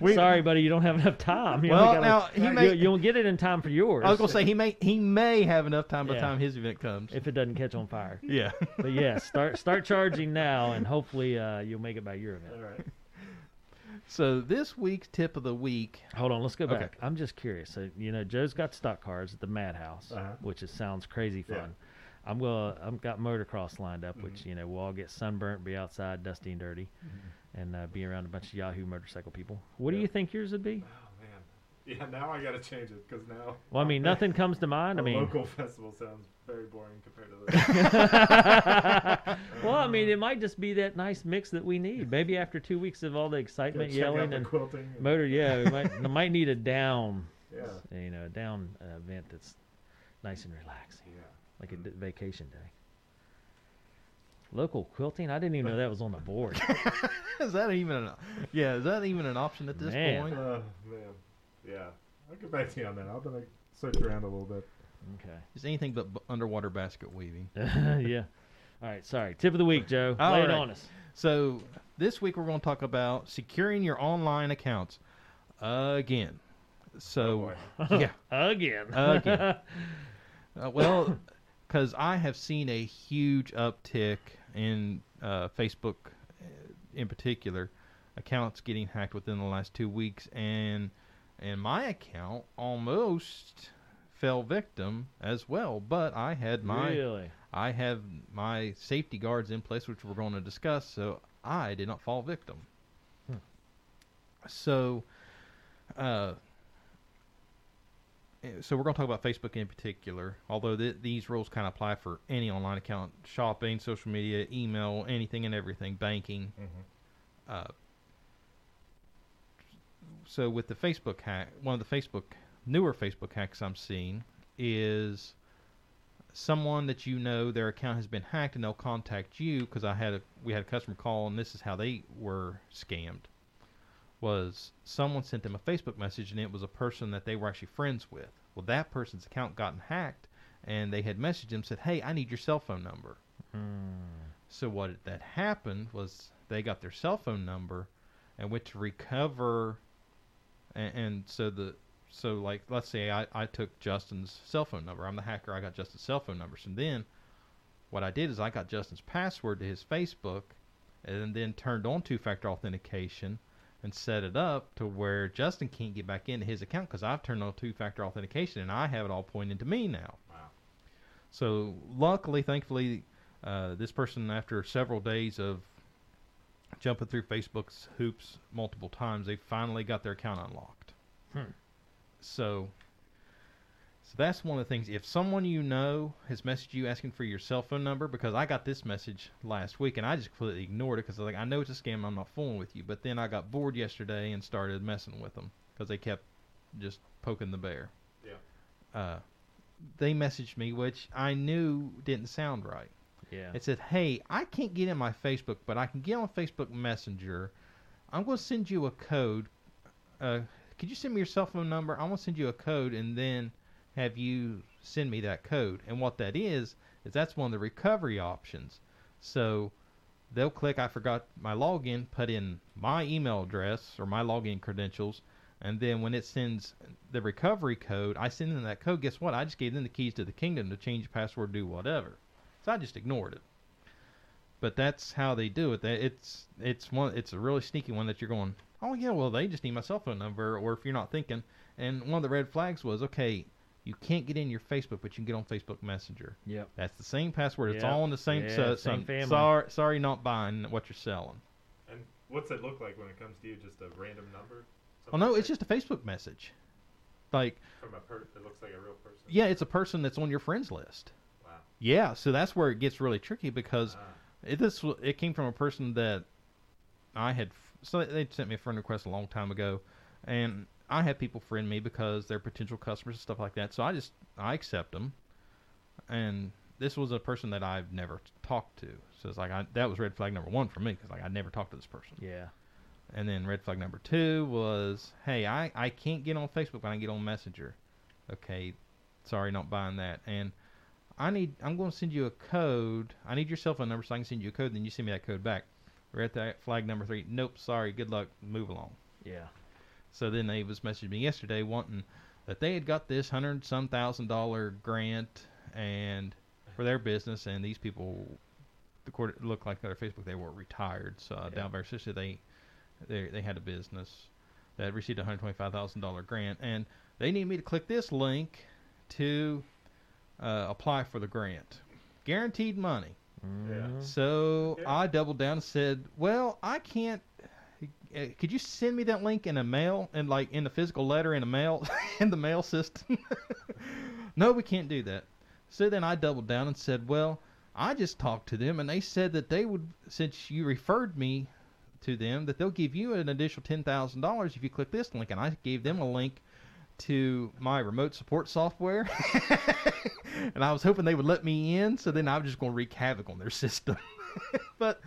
Speaker 2: We-
Speaker 1: Sorry, buddy, you don't have enough time. You only got,
Speaker 2: well, now
Speaker 1: like,
Speaker 2: he
Speaker 3: you-
Speaker 2: may.
Speaker 1: you, you'll get it in time for yours.
Speaker 2: I was gonna say he may he may have enough time by the
Speaker 1: Yeah.
Speaker 2: time his event comes.
Speaker 1: if it doesn't catch on fire.
Speaker 2: yeah.
Speaker 1: But yeah, start start charging now, and hopefully uh, you'll make it by your event.
Speaker 3: All right.
Speaker 2: So this week's tip of the week.
Speaker 1: Hold on, let's go
Speaker 2: Okay.
Speaker 1: back. I'm just curious. So you know, Joe's got stock cars at the Madhouse,
Speaker 3: Uh-huh.
Speaker 1: which is, sounds crazy fun.
Speaker 3: Yeah. Mm-hmm.
Speaker 1: I'm gonna I've got motocross lined up, which you know we'll all get sunburnt, be outside, dusty and dirty, and uh, be around a bunch of Yahoo motorcycle people. What do
Speaker 3: Mm-hmm. Yeah.
Speaker 1: you think yours would be?
Speaker 3: Oh man. Yeah. Now I gotta change it because now
Speaker 1: Well, I mean, nothing comes to mind. I
Speaker 3: a
Speaker 1: mean,
Speaker 3: local festival sounds very boring compared to this.
Speaker 1: well, I mean, it might just be that nice mix that we need. Maybe after two weeks of all the
Speaker 3: Go
Speaker 1: excitement,
Speaker 3: check out
Speaker 1: yelling,
Speaker 3: the
Speaker 1: and
Speaker 3: quilting. and-
Speaker 1: motor, yeah, we might, we might need a down,
Speaker 3: Yeah.
Speaker 1: you know, a down uh, event that's nice and relaxing,
Speaker 3: Yeah.
Speaker 1: like a d- vacation day. Local quilting? I didn't even know that was on the board.
Speaker 2: is that even an? Yeah. Is that even an option at this
Speaker 1: Man.
Speaker 2: point?
Speaker 3: Oh man. Yeah. I'll get back to you on that. I'm gonna search around a little bit.
Speaker 1: Okay.
Speaker 2: It's anything but b- underwater basket weaving.
Speaker 1: yeah. All right. Sorry. Tip of the week, Joe.
Speaker 2: All
Speaker 1: Lay it
Speaker 2: right.
Speaker 1: on us.
Speaker 2: So this week we're going to talk about securing your online accounts again. So
Speaker 3: boy.
Speaker 2: yeah,
Speaker 1: Again.
Speaker 2: Again. uh, well, because I have seen a huge uptick in uh, Facebook, uh, in particular, accounts getting hacked within the last two weeks, and and my account almost fell victim as well. But I had my
Speaker 1: Really?
Speaker 2: I have my safety guards in place, which we're going to discuss, so I did not fall victim. So, uh, eh, so we're going to talk about Facebook in particular, although th- these rules kind of apply for any online account shopping, social media, email, anything and everything, banking.
Speaker 3: Mm-hmm.
Speaker 2: Uh, so, with the Facebook hack, one of the Facebook, newer Facebook hacks I'm seeing is someone that you know their account has been hacked and they'll contact you because I had a we had a customer call and this is how they were scammed was someone sent them a Facebook message and it was a person that they were actually friends with. Well, that person's account gotten hacked and they had messaged him said, "Hey, I need your cell phone number."
Speaker 1: Hmm.
Speaker 2: So what that happened was they got their cell phone number and went to recover and, and so the so like let's say I, I took Justin's cell phone number. I'm the hacker, I got Justin's cell phone number. So then what I did is I got Justin's password to his Facebook and then turned on two factor authentication and set it up to where Justin can't get back into his account because I've turned on two factor authentication and I have it all pointed to me now.
Speaker 3: Wow.
Speaker 2: So luckily, thankfully, uh, this person, after several days of jumping through Facebook's hoops multiple times, they finally got their account unlocked.
Speaker 1: Hmm.
Speaker 2: So, so that's one of the things. If someone you know has messaged you asking for your cell phone number, because I got this message last week and I just completely ignored it because I was like, I know it's a scam, I'm not fooling with you. But then I got bored yesterday and started messing with them because they kept just poking the bear.
Speaker 3: Yeah.
Speaker 2: Uh, they messaged me, which I knew didn't sound right.
Speaker 1: Yeah.
Speaker 2: It said, "Hey, I can't get in my Facebook, but I can get on Facebook Messenger. I'm going to send you a code. Uh, could you send me your cell phone number? I'm going to send you a code, and then have you send me that code. And what that is is that's one of the recovery options. So they'll click, I forgot my login, put in my email address or my login credentials." And then when it sends the recovery code, I send them that code. Guess what? I just gave them the keys to the kingdom to change password, do whatever. So I just ignored it. But that's how they do it. That it's it's one it's a really sneaky one that you're going, oh yeah, well they just need my cell phone number, or if you're not thinking. And one of the red flags was, okay, you can't get in your Facebook, but you can get on Facebook Messenger.
Speaker 1: Yep.
Speaker 2: That's the same password. It's
Speaker 1: Yeah.
Speaker 2: all in the same.
Speaker 1: Yeah,
Speaker 2: so,
Speaker 1: same
Speaker 2: so-
Speaker 1: family.
Speaker 2: Sorry, sorry, not buying what you're selling.
Speaker 3: And what's it look like when it comes to you? Just a random number?
Speaker 2: Oh
Speaker 3: Something
Speaker 2: no,
Speaker 3: like
Speaker 2: it's just a Facebook message. Like
Speaker 3: from a per- it looks like a real person.
Speaker 2: yeah, it's a person that's on your friends list.
Speaker 3: Wow.
Speaker 2: Yeah, so that's where it gets really tricky because
Speaker 3: Ah,
Speaker 2: It, this w- it came from a person that I had f- so they sent me a friend request a long time ago, and I have people friend me because they're potential customers and stuff like that. So I just I accept them, and this was a person that I've never talked to. So it's like I, that was red flag number one for me because like I never talked to this person.
Speaker 1: Yeah.
Speaker 2: And then red flag number two was, hey, I, I can't get on Facebook, but I can get on Messenger. Okay, sorry, not buying that. And I need I'm going to send you a code. I need your cell phone number so I can send you a code. Then you send me that code back. Red th- flag number three. Nope, sorry. Good luck. Move along.
Speaker 1: Yeah.
Speaker 2: So then they was messaging me yesterday wanting that they had got this hundred some thousand dollar grant and for their business, and these people, the court looked like their Facebook they were retired. So uh,
Speaker 1: Yeah.
Speaker 2: down by sister they they they had a business that received a hundred twenty five thousand dollar grant, and they need me to click this link to uh, apply for the grant, guaranteed money.
Speaker 1: Mhm.
Speaker 2: So
Speaker 3: Yeah.
Speaker 2: I doubled down and said, "Well, I can't. uh, Could you send me that link in a mail and like in the physical letter in a mail in the mail system?" no, we can't do that. So then I doubled down and said, "Well, I just talked to them and they said that they would, since you referred me to them, that they'll give you an additional ten thousand dollars if you click this link." And I gave them a link to my remote support software. and I was hoping they would let me in, so then I was just going to wreak havoc on their system. but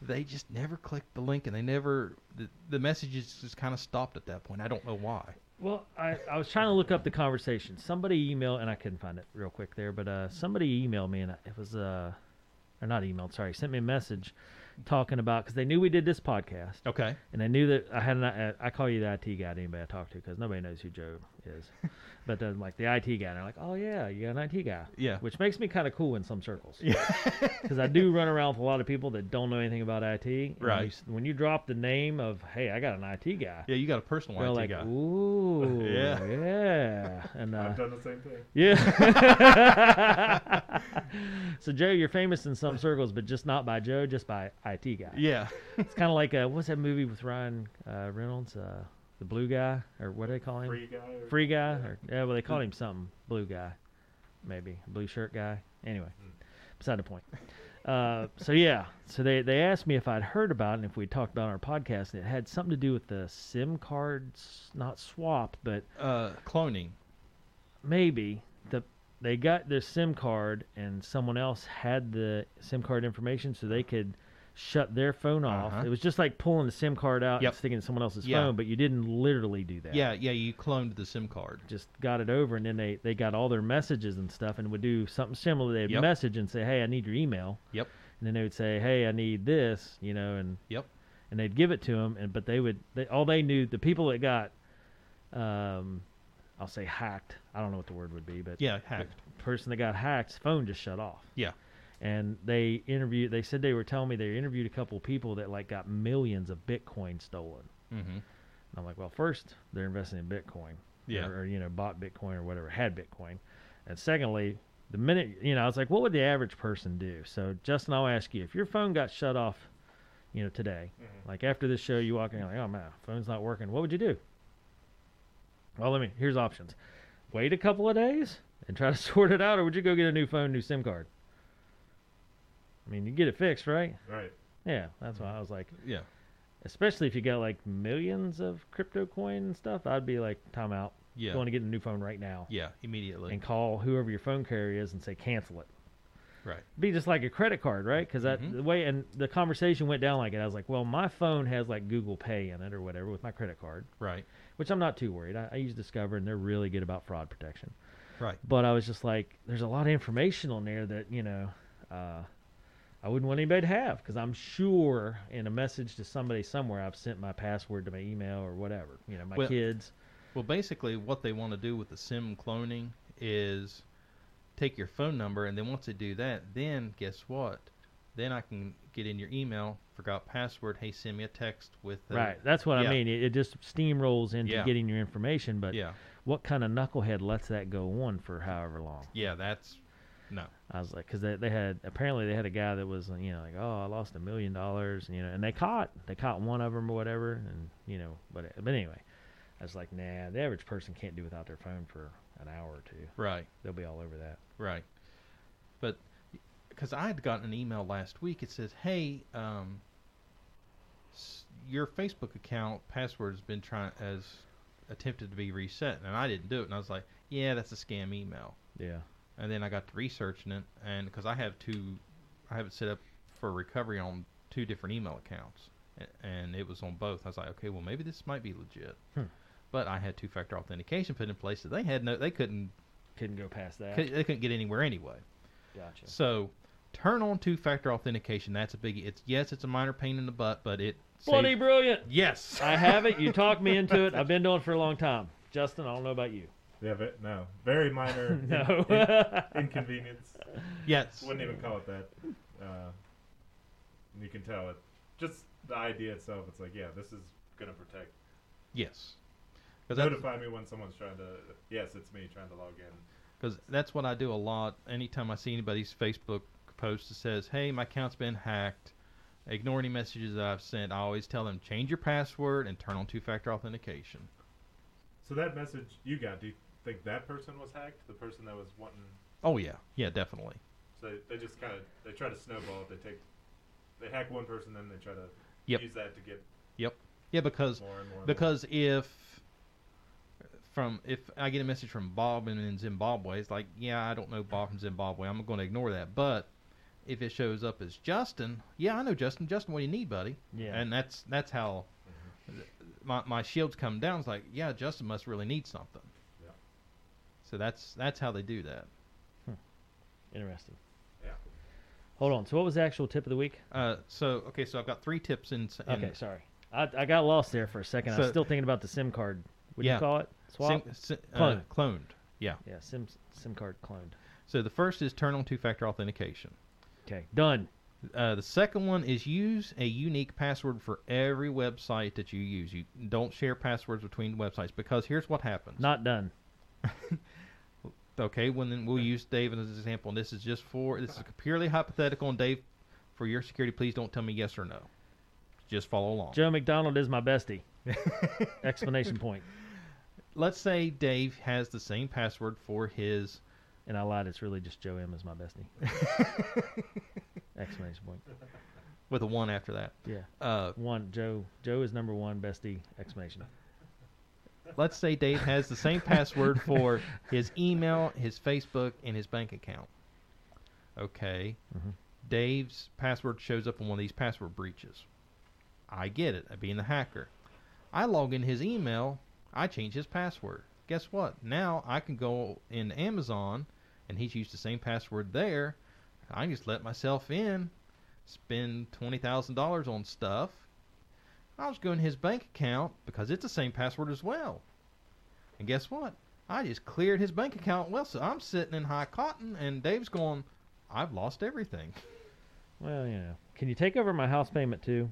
Speaker 2: they just never clicked the link, and they never the, the messages just kind of stopped at that point. I don't know why.
Speaker 1: Well, I, I was trying to look up the conversation. Somebody emailed, and I couldn't find it real quick there, but uh, somebody emailed me, and it was, uh, or not emailed, sorry, sent me a message talking about, because they knew we did this podcast,
Speaker 2: Okay.
Speaker 1: and they knew that I had an, I- I call you the IT guy to anybody I talk to, because nobody knows who Joe is. but then, like, the IT guy, and they're like, oh, yeah, you got an IT guy.
Speaker 2: Yeah.
Speaker 1: Which makes me kind of cool in some circles.
Speaker 2: Yeah.
Speaker 1: because I do run around with a lot of people that don't know anything about IT. and when
Speaker 2: Right.
Speaker 1: you s- when you drop the name of, hey, I got an IT guy,
Speaker 2: yeah, you got a personal
Speaker 1: they're
Speaker 2: IT
Speaker 1: like,
Speaker 2: guy.
Speaker 1: ooh,
Speaker 2: Yeah.
Speaker 1: yeah, and uh,
Speaker 3: I've done the same thing.
Speaker 1: yeah. so Joe, you're famous in some circles, but just not by Joe, just by IT guy.
Speaker 2: Yeah.
Speaker 1: It's kind of like uh, what's that movie with Ryan uh, Reynolds, uh, the blue guy, or what do they call him?
Speaker 3: Free guy. Or,
Speaker 1: Free guy, or yeah, well, they called him something. Blue guy, maybe blue shirt guy. Anyway, beside the point. Uh, so yeah, so they they asked me if I'd heard about it and if we talked about it on our podcast, and it had something to do with the SIM cards not swap, but
Speaker 2: Uh, cloning.
Speaker 1: maybe the they got their SIM card and someone else had the SIM card information, so they could shut their phone off.
Speaker 2: Uh-huh.
Speaker 1: It was just like pulling the SIM card out
Speaker 2: Yep.
Speaker 1: and sticking it in someone else's
Speaker 2: Yeah.
Speaker 1: phone, but you didn't literally do that
Speaker 2: Yeah. yeah, You cloned the SIM card.
Speaker 1: just got it over and then they, they got all their messages and stuff and would do something similar they'd
Speaker 2: Yep.
Speaker 1: message and say hey i need your email
Speaker 2: Yep.
Speaker 1: and then they would say hey i need this you know and
Speaker 2: Yep.
Speaker 1: and they'd give it to them and but they would they, all they knew the people that got um i'll say hacked i don't know what the word would be but
Speaker 2: Yeah, hacked.
Speaker 1: person that got hacked, phone just shut off.
Speaker 2: Yeah.
Speaker 1: And they interviewed. They said they were telling me they interviewed a couple people that like got millions of Bitcoin stolen.
Speaker 2: Mm-hmm.
Speaker 1: And I'm like, well, first they're investing in Bitcoin,
Speaker 2: Yeah.
Speaker 1: or, or, you know, bought Bitcoin or whatever, had Bitcoin, and secondly, the minute you know, I was like, what would the average person do? So Justin, I'll ask you, if your phone got shut off, you know, today,
Speaker 3: Mhm.
Speaker 1: like after this show, you walk in, you're like, oh man, phone's not working. What would you do? Well, let me. Here's options: wait a couple of days and try to sort it out, or would you go get a new phone, new SIM card? I mean, you get it fixed, right?
Speaker 3: Right.
Speaker 1: Yeah, that's why I was like,
Speaker 2: Yeah.
Speaker 1: especially if you got like millions of crypto coin and stuff, I'd be like, time out.
Speaker 2: Yeah.
Speaker 1: Going to get a new phone right now
Speaker 2: yeah. Immediately.
Speaker 1: and call whoever your phone carrier is and say cancel it.
Speaker 2: Right.
Speaker 1: Be just like a credit card, right? Because that
Speaker 2: Mhm.
Speaker 1: the way and the conversation went down like it. I was like, well, my phone has like Google Pay in it or whatever with my credit card,
Speaker 2: Right.
Speaker 1: which I'm not too worried. I, I use Discover and they're really good about fraud protection.
Speaker 2: Right.
Speaker 1: But I was just like, there's a lot of information on there that you know. Uh, I wouldn't want anybody to have because I'm sure in a message to somebody somewhere I've sent my password to my email or whatever. You know, my
Speaker 2: Well-
Speaker 1: kids.
Speaker 2: Well, basically, what they want to do with the SIM cloning is take your phone number, and then once they do that, then guess what? Then I can get in your email, forgot password, hey, send me a text with. A,
Speaker 1: right. That's what
Speaker 2: uh, yeah.
Speaker 1: I mean. It, it just steamrolls into
Speaker 2: Yeah.
Speaker 1: getting your information. But
Speaker 2: Yeah.
Speaker 1: what kind of knucklehead lets that go on for however long?
Speaker 2: Yeah, that's. No.
Speaker 1: I was like, because they, they had apparently they had a guy that was you know like oh I lost a million dollars you know and they caught they caught one of them or whatever and you know but uh, but anyway, I was like nah the average person can't do without their phone for an hour or two
Speaker 2: Right.
Speaker 1: they'll be all over that
Speaker 2: Right. But because I had gotten an email last week, it says, "Hey, um, s- your Facebook account password has been trying has attempted to be reset, and I didn't do it, and I was like, yeah, that's a scam email.
Speaker 1: Yeah.
Speaker 2: And then I got to researching it, and because I have two, I have it set up for recovery on two different email accounts, a- and it was on both. I was like, okay, well maybe this might be legit.
Speaker 1: Hmm.
Speaker 2: But I had two-factor authentication put in place, so they had no, they couldn't,
Speaker 1: Couldn't go past that.
Speaker 2: could, they couldn't get anywhere anyway.
Speaker 1: Gotcha.
Speaker 2: So, turn on two-factor authentication. That's a biggie. It's yes, it's a minor pain in the butt, but it
Speaker 1: Bloody
Speaker 2: saves-
Speaker 1: brilliant.
Speaker 2: yes.
Speaker 1: I have it. You talked me into it. I've been doing it for a long time. Justin, I don't know about you.
Speaker 3: Yeah, but no. Very minor in-
Speaker 1: No.
Speaker 3: in- inconvenience.
Speaker 2: yes.
Speaker 3: Wouldn't even call it that. Uh, you can tell it. Just the idea itself. It's like, yeah, this is gonna protect.
Speaker 2: Yes. Because
Speaker 3: Notify me when someone's trying to. Yes, it's me trying to log in.
Speaker 2: that's, what I do a lot. Anytime I see anybody's Facebook post that says, hey, my account's been hacked, ignore any messages that I've sent, I always tell them, change your password and turn on two factor authentication.
Speaker 3: So that message you got. Do you think that person was hacked? The person that was wanting.
Speaker 2: Oh, yeah. Yeah, definitely.
Speaker 3: So they just kind of they try to snowball. it. They take. They hack one person, then they try to
Speaker 2: Yep.
Speaker 3: use that to get
Speaker 2: Yeah, because
Speaker 3: more and more. and more.
Speaker 2: Because if from if I get a message from Bob in, in Zimbabwe, it's like, yeah, I don't know Bob from Zimbabwe. I'm going to ignore that. But if it shows up as Justin, yeah, I know Justin. Justin, what do you need, buddy?
Speaker 1: Yeah. Mm-hmm.
Speaker 2: And that's that's how th- my my shields come down. It's like, yeah, Justin must really need something.
Speaker 3: Yeah.
Speaker 2: So that's that's how they do that.
Speaker 1: Interesting.
Speaker 3: Yeah.
Speaker 1: Hold on. So, what was the actual tip of the week?
Speaker 2: Uh, so okay, so I've got three tips in. s- in
Speaker 1: Okay, sorry. I, I got lost there for a second. I was
Speaker 2: So-
Speaker 1: still thinking about the SIM card. What do
Speaker 2: Yeah.
Speaker 1: you call it? Swap?
Speaker 2: syn- syn-
Speaker 1: Cloned.
Speaker 2: Uh, cloned. Yeah.
Speaker 1: yeah, SIM SIM card cloned.
Speaker 2: So the first is turn on two-factor authentication.
Speaker 1: Okay, done.
Speaker 2: Uh, the second one is use a unique password for every website that you use. You don't share passwords between websites because here's what happens.
Speaker 1: Not done.
Speaker 2: okay. When then we'll use Dave as an example, and this is just for this is purely hypothetical. And Dave, for your security, please don't tell me yes or no. Just follow along.
Speaker 1: Joe McDonald is my bestie. Explanation point.
Speaker 2: Let's say Dave has the same password for his.
Speaker 1: And I lied. It's really just Joe M is my bestie. Explanation point.
Speaker 2: With a one after that.
Speaker 1: Yeah.
Speaker 2: Uh,
Speaker 1: One Joe. Joe is number one bestie. Explanation.
Speaker 2: let's say Dave has the same password for his email, his Facebook, and his bank account. Okay.
Speaker 1: Mhm.
Speaker 2: Dave's password shows up in one of these password breaches. I get it, being the hacker. I log in his email, I change his password. Guess what? Now I can go in Amazon and he's used the same password there. I can just let myself in, spend twenty thousand dollars on stuff. I was going to his bank account because it's the same password as well. And guess what? I just cleared his bank account. Well, so I'm sitting in high cotton, and Dave's going, I've lost everything.
Speaker 1: Well, you know. Can you take over my house payment too?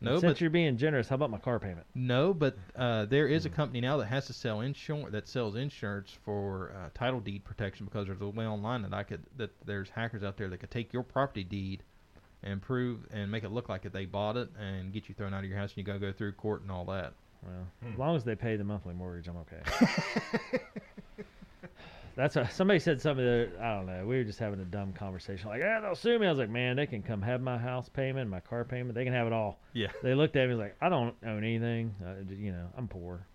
Speaker 1: And
Speaker 2: No,
Speaker 1: Since
Speaker 2: but
Speaker 1: you're being generous, how about my car payment?
Speaker 2: no, but uh, there is a company now that has to sell insurance that sells insurance for uh, title deed protection because there's a way online that I could that there's hackers out there that could take your property deed and prove and make it look like that they bought it and get you thrown out of your house and you gotta go through court and all that.
Speaker 1: Well, as
Speaker 3: Hmm.
Speaker 1: long as they pay the monthly mortgage, I'm okay. That's what, somebody said something. That, I don't know. We were just having a dumb conversation. Like, yeah, they'll sue me. I was like, man, they can come have my house payment, my car payment. They can have it all.
Speaker 2: Yeah.
Speaker 1: They looked at me like, I don't own anything. Uh, d- you know, I'm poor.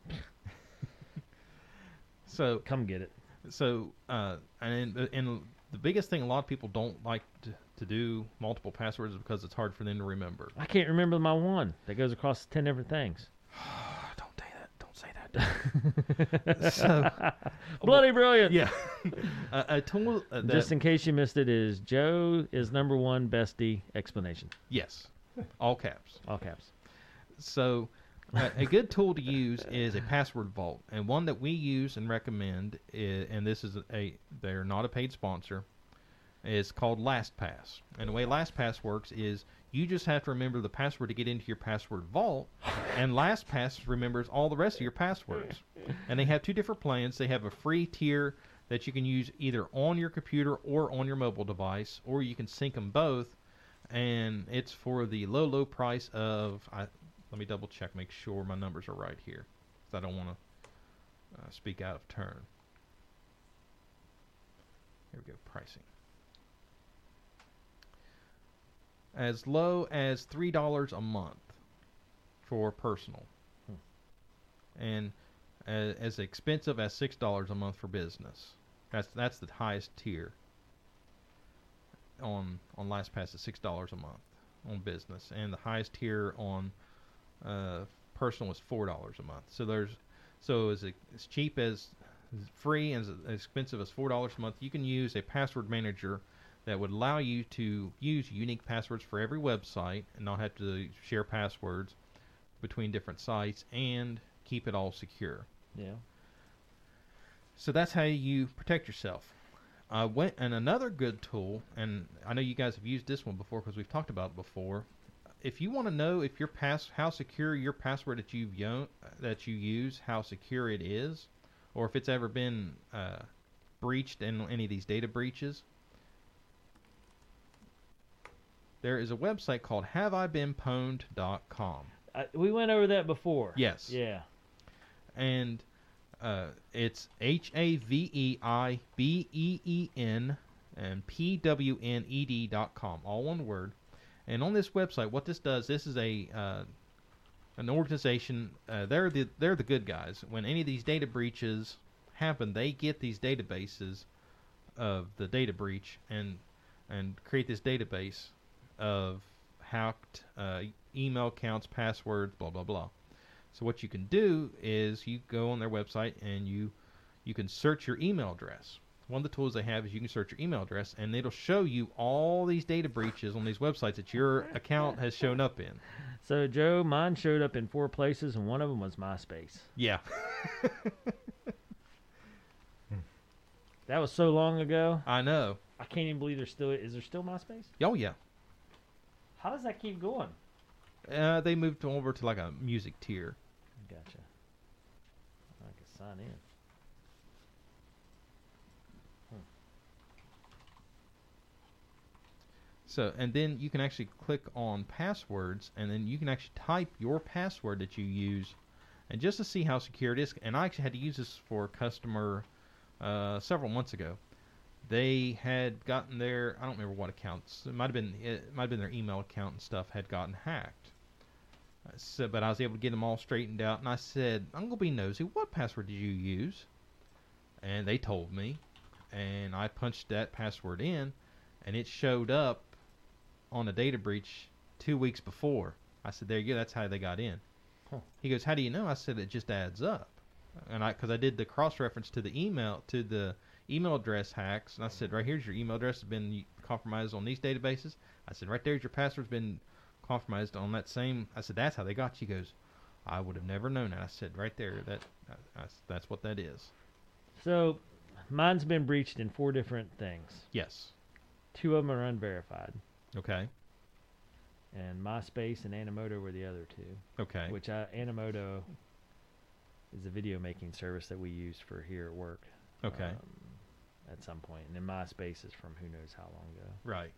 Speaker 2: So
Speaker 1: Come get it.
Speaker 2: So, uh, and and the biggest thing a lot of people don't like to, to do multiple passwords is because it's hard for them to remember.
Speaker 1: I can't remember my one that goes across ten different things.
Speaker 2: don't say that. Ah, Don't say that. so,
Speaker 1: Bloody brilliant.
Speaker 2: yeah, a, a tool uh, that
Speaker 1: Just in case you missed it, is Joe is number one bestie explanation.
Speaker 2: yes, all caps.
Speaker 1: All caps.
Speaker 2: So, uh, a good tool to use is a password vault, and one that we use and recommend, i and this is a they're not a paid sponsor, is called LastPass. And the way LastPass works is you just have to remember the password to get into your password vault, and LastPass remembers all the rest of your passwords. And they have two different plans. They have a free tier that you can use either on your computer or on your mobile device, or you can sync them both. And it's for the low, low price of I, let me double check, make sure my numbers are right here, 'cause I don't want to uh, speak out of turn. Here we go, pricing. As low as three dollars a month, for personal, and as, as expensive as six dollars a month for business. That's that's the highest tier. On on LastPass is six dollars a month on business, and the highest tier on uh, personal is four dollars a month. So there's so as e, as cheap as free and as expensive as four dollars a month, you can use a password manager that would allow you to use unique passwords for every website and not have to share passwords between different sites and keep it all secure.
Speaker 1: Yeah.
Speaker 2: So that's how you protect yourself. I went and another good tool, and I know you guys have used this one before because we've talked about it before. If you want to know if your pass how secure your password that you've yo- that you use how secure it is, or if it's ever been uh, breached in any of these data breaches, there is a website called HaveIBeenPwned.com,
Speaker 1: I, we went over that before.
Speaker 2: Yes.
Speaker 1: Yeah.
Speaker 2: and uh, it's H A V E I B E E N and P W N E D dot com, all one word. And on this website, what this does, this is a uh, an organization. Uh, they're the they're the good guys. When any of these data breaches happen, they get these databases of the data breach and and create this database of hacked uh, email accounts, passwords, blah blah blah. So what you can do is you go on their website and you you can search your email address. One of the tools they have is you can search your email address and it'll show you all these data breaches on these websites that your account has shown up in.
Speaker 1: So Joe, mine showed up in four places, and one of them was MySpace.
Speaker 2: Yeah.
Speaker 1: That was so long ago.
Speaker 2: I know.
Speaker 1: I can't even believe there's still is there still MySpace?
Speaker 2: Oh yeah.
Speaker 1: How does that keep going?
Speaker 2: Uh, they moved over to like a music tier.
Speaker 1: Gotcha. I can sign in.
Speaker 2: So and then you can actually click on passwords and then you can actually type your password that you use and just to see how secure it is and I actually had to use this for a customer uh, several months ago. They had gotten their I don't remember what accounts it might have been it might have been their email account and stuff had gotten hacked. Uh, So, but I was able to get them all straightened out, and I said, "I'm gonna be nosy. What password did you use?" And they told me, and I punched that password in, and it showed up on a data breach two weeks before. I said, "There you go. That's how they got in."
Speaker 1: Huh.
Speaker 2: He goes, "How do you know?" I said, "It just adds up," and I because I did the cross reference to the email to the email address hacks, and I said, "Right here's your email address has been compromised on these databases." I said, "Right there's your password's been compromised on that same." I said, "That's how they got you." He goes, "I would have never known that." I said, "Right there, that I, I, that's what that is."
Speaker 1: So mine's been breached in four different things.
Speaker 2: Yes.
Speaker 1: Two of them are unverified,
Speaker 2: Okay.
Speaker 1: and MySpace and Animoto were the other two.
Speaker 2: Okay.
Speaker 1: Which I, Animoto is a video making service that we use for here at work.
Speaker 2: okay.
Speaker 1: um, at some point, and then MySpace is from who knows how long ago.
Speaker 2: right.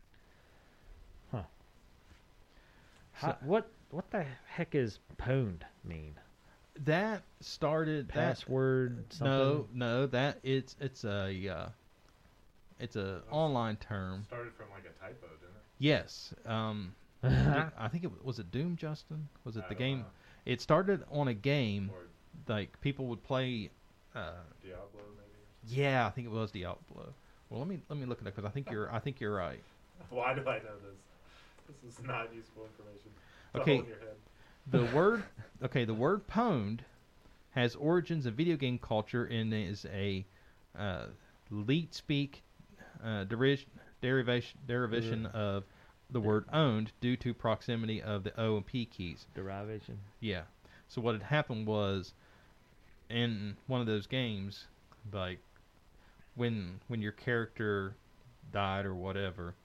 Speaker 1: How, what what the heck is pwned mean?
Speaker 2: That started that-
Speaker 1: Password? something?
Speaker 2: No, no, that it's it's a uh, it's a online term.
Speaker 3: Started from like a typo, didn't it?
Speaker 2: Yes. Um, I think it was it Doom, Justin. Was it
Speaker 3: I
Speaker 2: the
Speaker 3: don't
Speaker 2: game?
Speaker 3: know.
Speaker 2: It started on a game
Speaker 3: Or
Speaker 2: like people would play. Uh,
Speaker 3: Diablo, maybe.
Speaker 2: yeah, I think it was Diablo. Well, let me let me look it up because I think you're I think you're right.
Speaker 3: Why do I know this? This is not useful information. It's a
Speaker 2: Okay.
Speaker 3: hole in your head.
Speaker 2: The word, okay, the word pwned has origins in video game culture and is a uh, leet speak uh, derish, derivation, derivation of the word owned due to proximity of the O and P keys.
Speaker 1: Derivation.
Speaker 2: Yeah. So what had happened was, in one of those games, like when when your character died or whatever,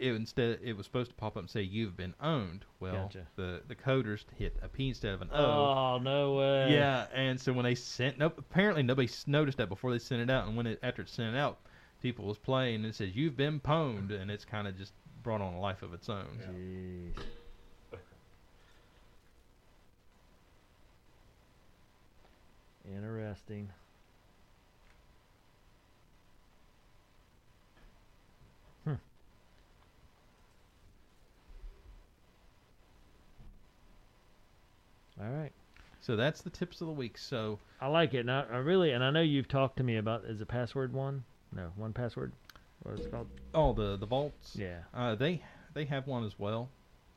Speaker 2: it instead it was supposed to pop up and say you've been owned. Well,
Speaker 1: Gotcha.
Speaker 2: the the coders hit a P instead of an O.
Speaker 1: Oh, no way.
Speaker 2: Yeah, and so when they sent, nope, apparently nobody s- noticed that before they sent it out, and when it after it sent it out, people was playing and it says you've been pwned, and it's kind of just brought on a life of its own.
Speaker 3: Yeah.
Speaker 1: Jeez. Interesting. Hmm.
Speaker 2: So that's the tips of the week. So
Speaker 1: I like it. And I, I really, and I know you've talked to me about is it password one? No, one password. What is it called?
Speaker 2: all the the vaults,
Speaker 1: Yeah.
Speaker 2: uh, they they have one as well.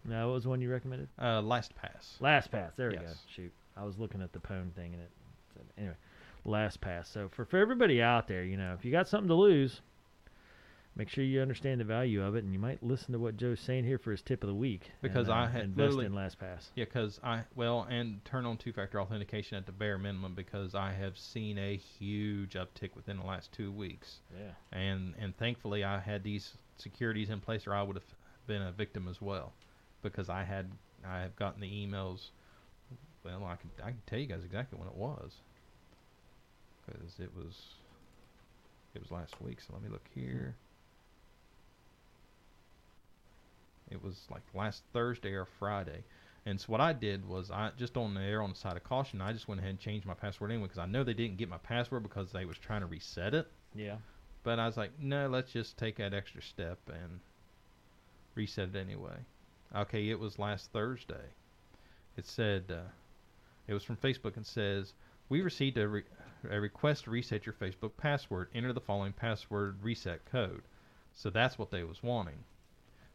Speaker 1: No, what was the one you recommended?
Speaker 2: Uh, LastPass.
Speaker 1: Last pass. There we go.
Speaker 2: Yes.
Speaker 1: Shoot, I was looking at the pwn thing and it. Said, anyway, last pass. So for for everybody out there, you know, if you got something to lose, make sure you understand the value of it, and you might listen to what Joe's saying here for his tip of the week. and,
Speaker 2: Because I
Speaker 1: uh,
Speaker 2: had
Speaker 1: invest
Speaker 2: literally-
Speaker 1: in last pass.
Speaker 2: Yeah, because I well, and turn on two-factor authentication at the bare minimum because I have seen a huge uptick within the last two weeks,
Speaker 1: Yeah.
Speaker 2: and and thankfully I had these securities in place, or I would have been a victim as well, because I had I have gotten the emails. Well, I can I can tell you guys exactly when it was, because it was it was last week. So let me look here. It was like last Thursday or Friday. And so what I did was I just on the air on the side of caution, I just went ahead and changed my password anyway because I know they didn't get my password because they was trying to reset it.
Speaker 1: Yeah.
Speaker 2: But I was like, no, let's just take that extra step and reset it anyway. Okay, it was last Thursday. It said, uh, it was from Facebook and says, we received a, re- a request to reset your Facebook password. Enter the following password reset code. So that's what they was wanting.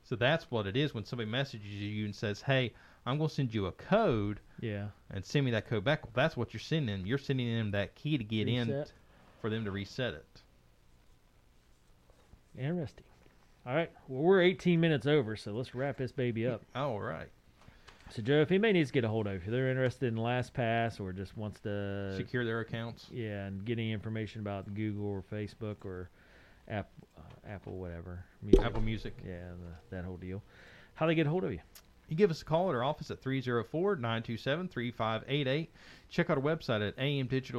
Speaker 2: So that's what it is when somebody messages you and says, hey, I'm going to send you a code
Speaker 1: Yeah.
Speaker 2: and send me that code back. Well, that's what you're sending them. You're sending them that key to get in
Speaker 1: Reset.
Speaker 2: t- for them to reset it.
Speaker 1: Interesting. All right. Well, we're 18 minutes over, so let's wrap this baby up.
Speaker 2: All right.
Speaker 1: So Joe, if anybody needs to get a hold of you, if they're interested in last pass or just wants to
Speaker 2: secure their accounts.
Speaker 1: Yeah, and getting information about Google or Facebook or App, uh, Apple, whatever. Music.
Speaker 2: Apple Music.
Speaker 1: Yeah, the, that whole deal. How they get a hold of you?
Speaker 2: You give us a call at our office at 304 927 3588. Check out our website at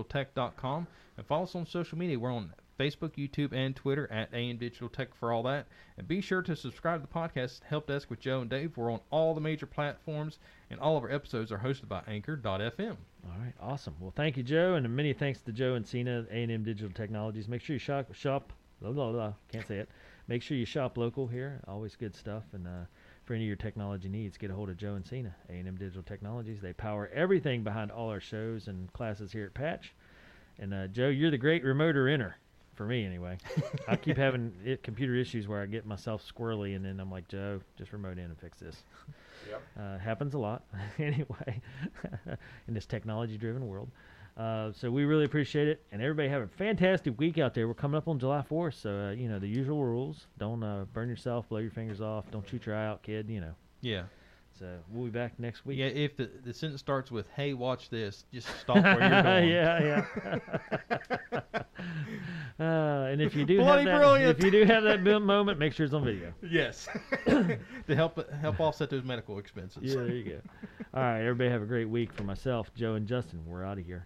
Speaker 2: amdigitaltech.com and follow us on social media. We're on Facebook, YouTube, and Twitter at AM Digital Tech for all that. And be sure to subscribe to the podcast Help Desk with Joe and Dave. We're on all the major platforms, and all of our episodes are hosted by Anchor.fm.
Speaker 1: All right, awesome. Well, thank you, Joe, and many thanks to Joe and Cena at A&M Digital Technologies. Make sure you shop, shop, blah, blah, blah, can't say it. Make sure you shop local here. Always good stuff. And uh, for any of your technology needs, get a hold of Joe and Cena, A&M Digital Technologies. They power everything behind all our shows and classes here at Patch. And uh, Joe, you're the great remoter inner, for me anyway. I keep having it, computer issues where I get myself squirrely, and then I'm like, Joe, just remote in and fix this.
Speaker 3: Yep.
Speaker 1: Uh, it happens a lot, anyway, in this technology driven world. Uh, so we really appreciate it. And everybody have a fantastic week out there. We're coming up on July 4th. So, uh, you know, the usual rules don't uh, burn yourself, blow your fingers off, don't shoot your eye out, kid, you know.
Speaker 2: Yeah.
Speaker 1: So we'll be back next week.
Speaker 2: Yeah, if the, the sentence starts with, hey, watch this, just stop where you're going.
Speaker 1: yeah, yeah. uh, and if you do
Speaker 2: Bloody
Speaker 1: have that,
Speaker 2: brilliant.
Speaker 1: if you do have that bim- moment, make sure it's on video.
Speaker 2: Yes. to help help offset those medical expenses.
Speaker 1: Yeah, there you go. All right, everybody have a great week. For myself, Joe, and Justin, we're out of here.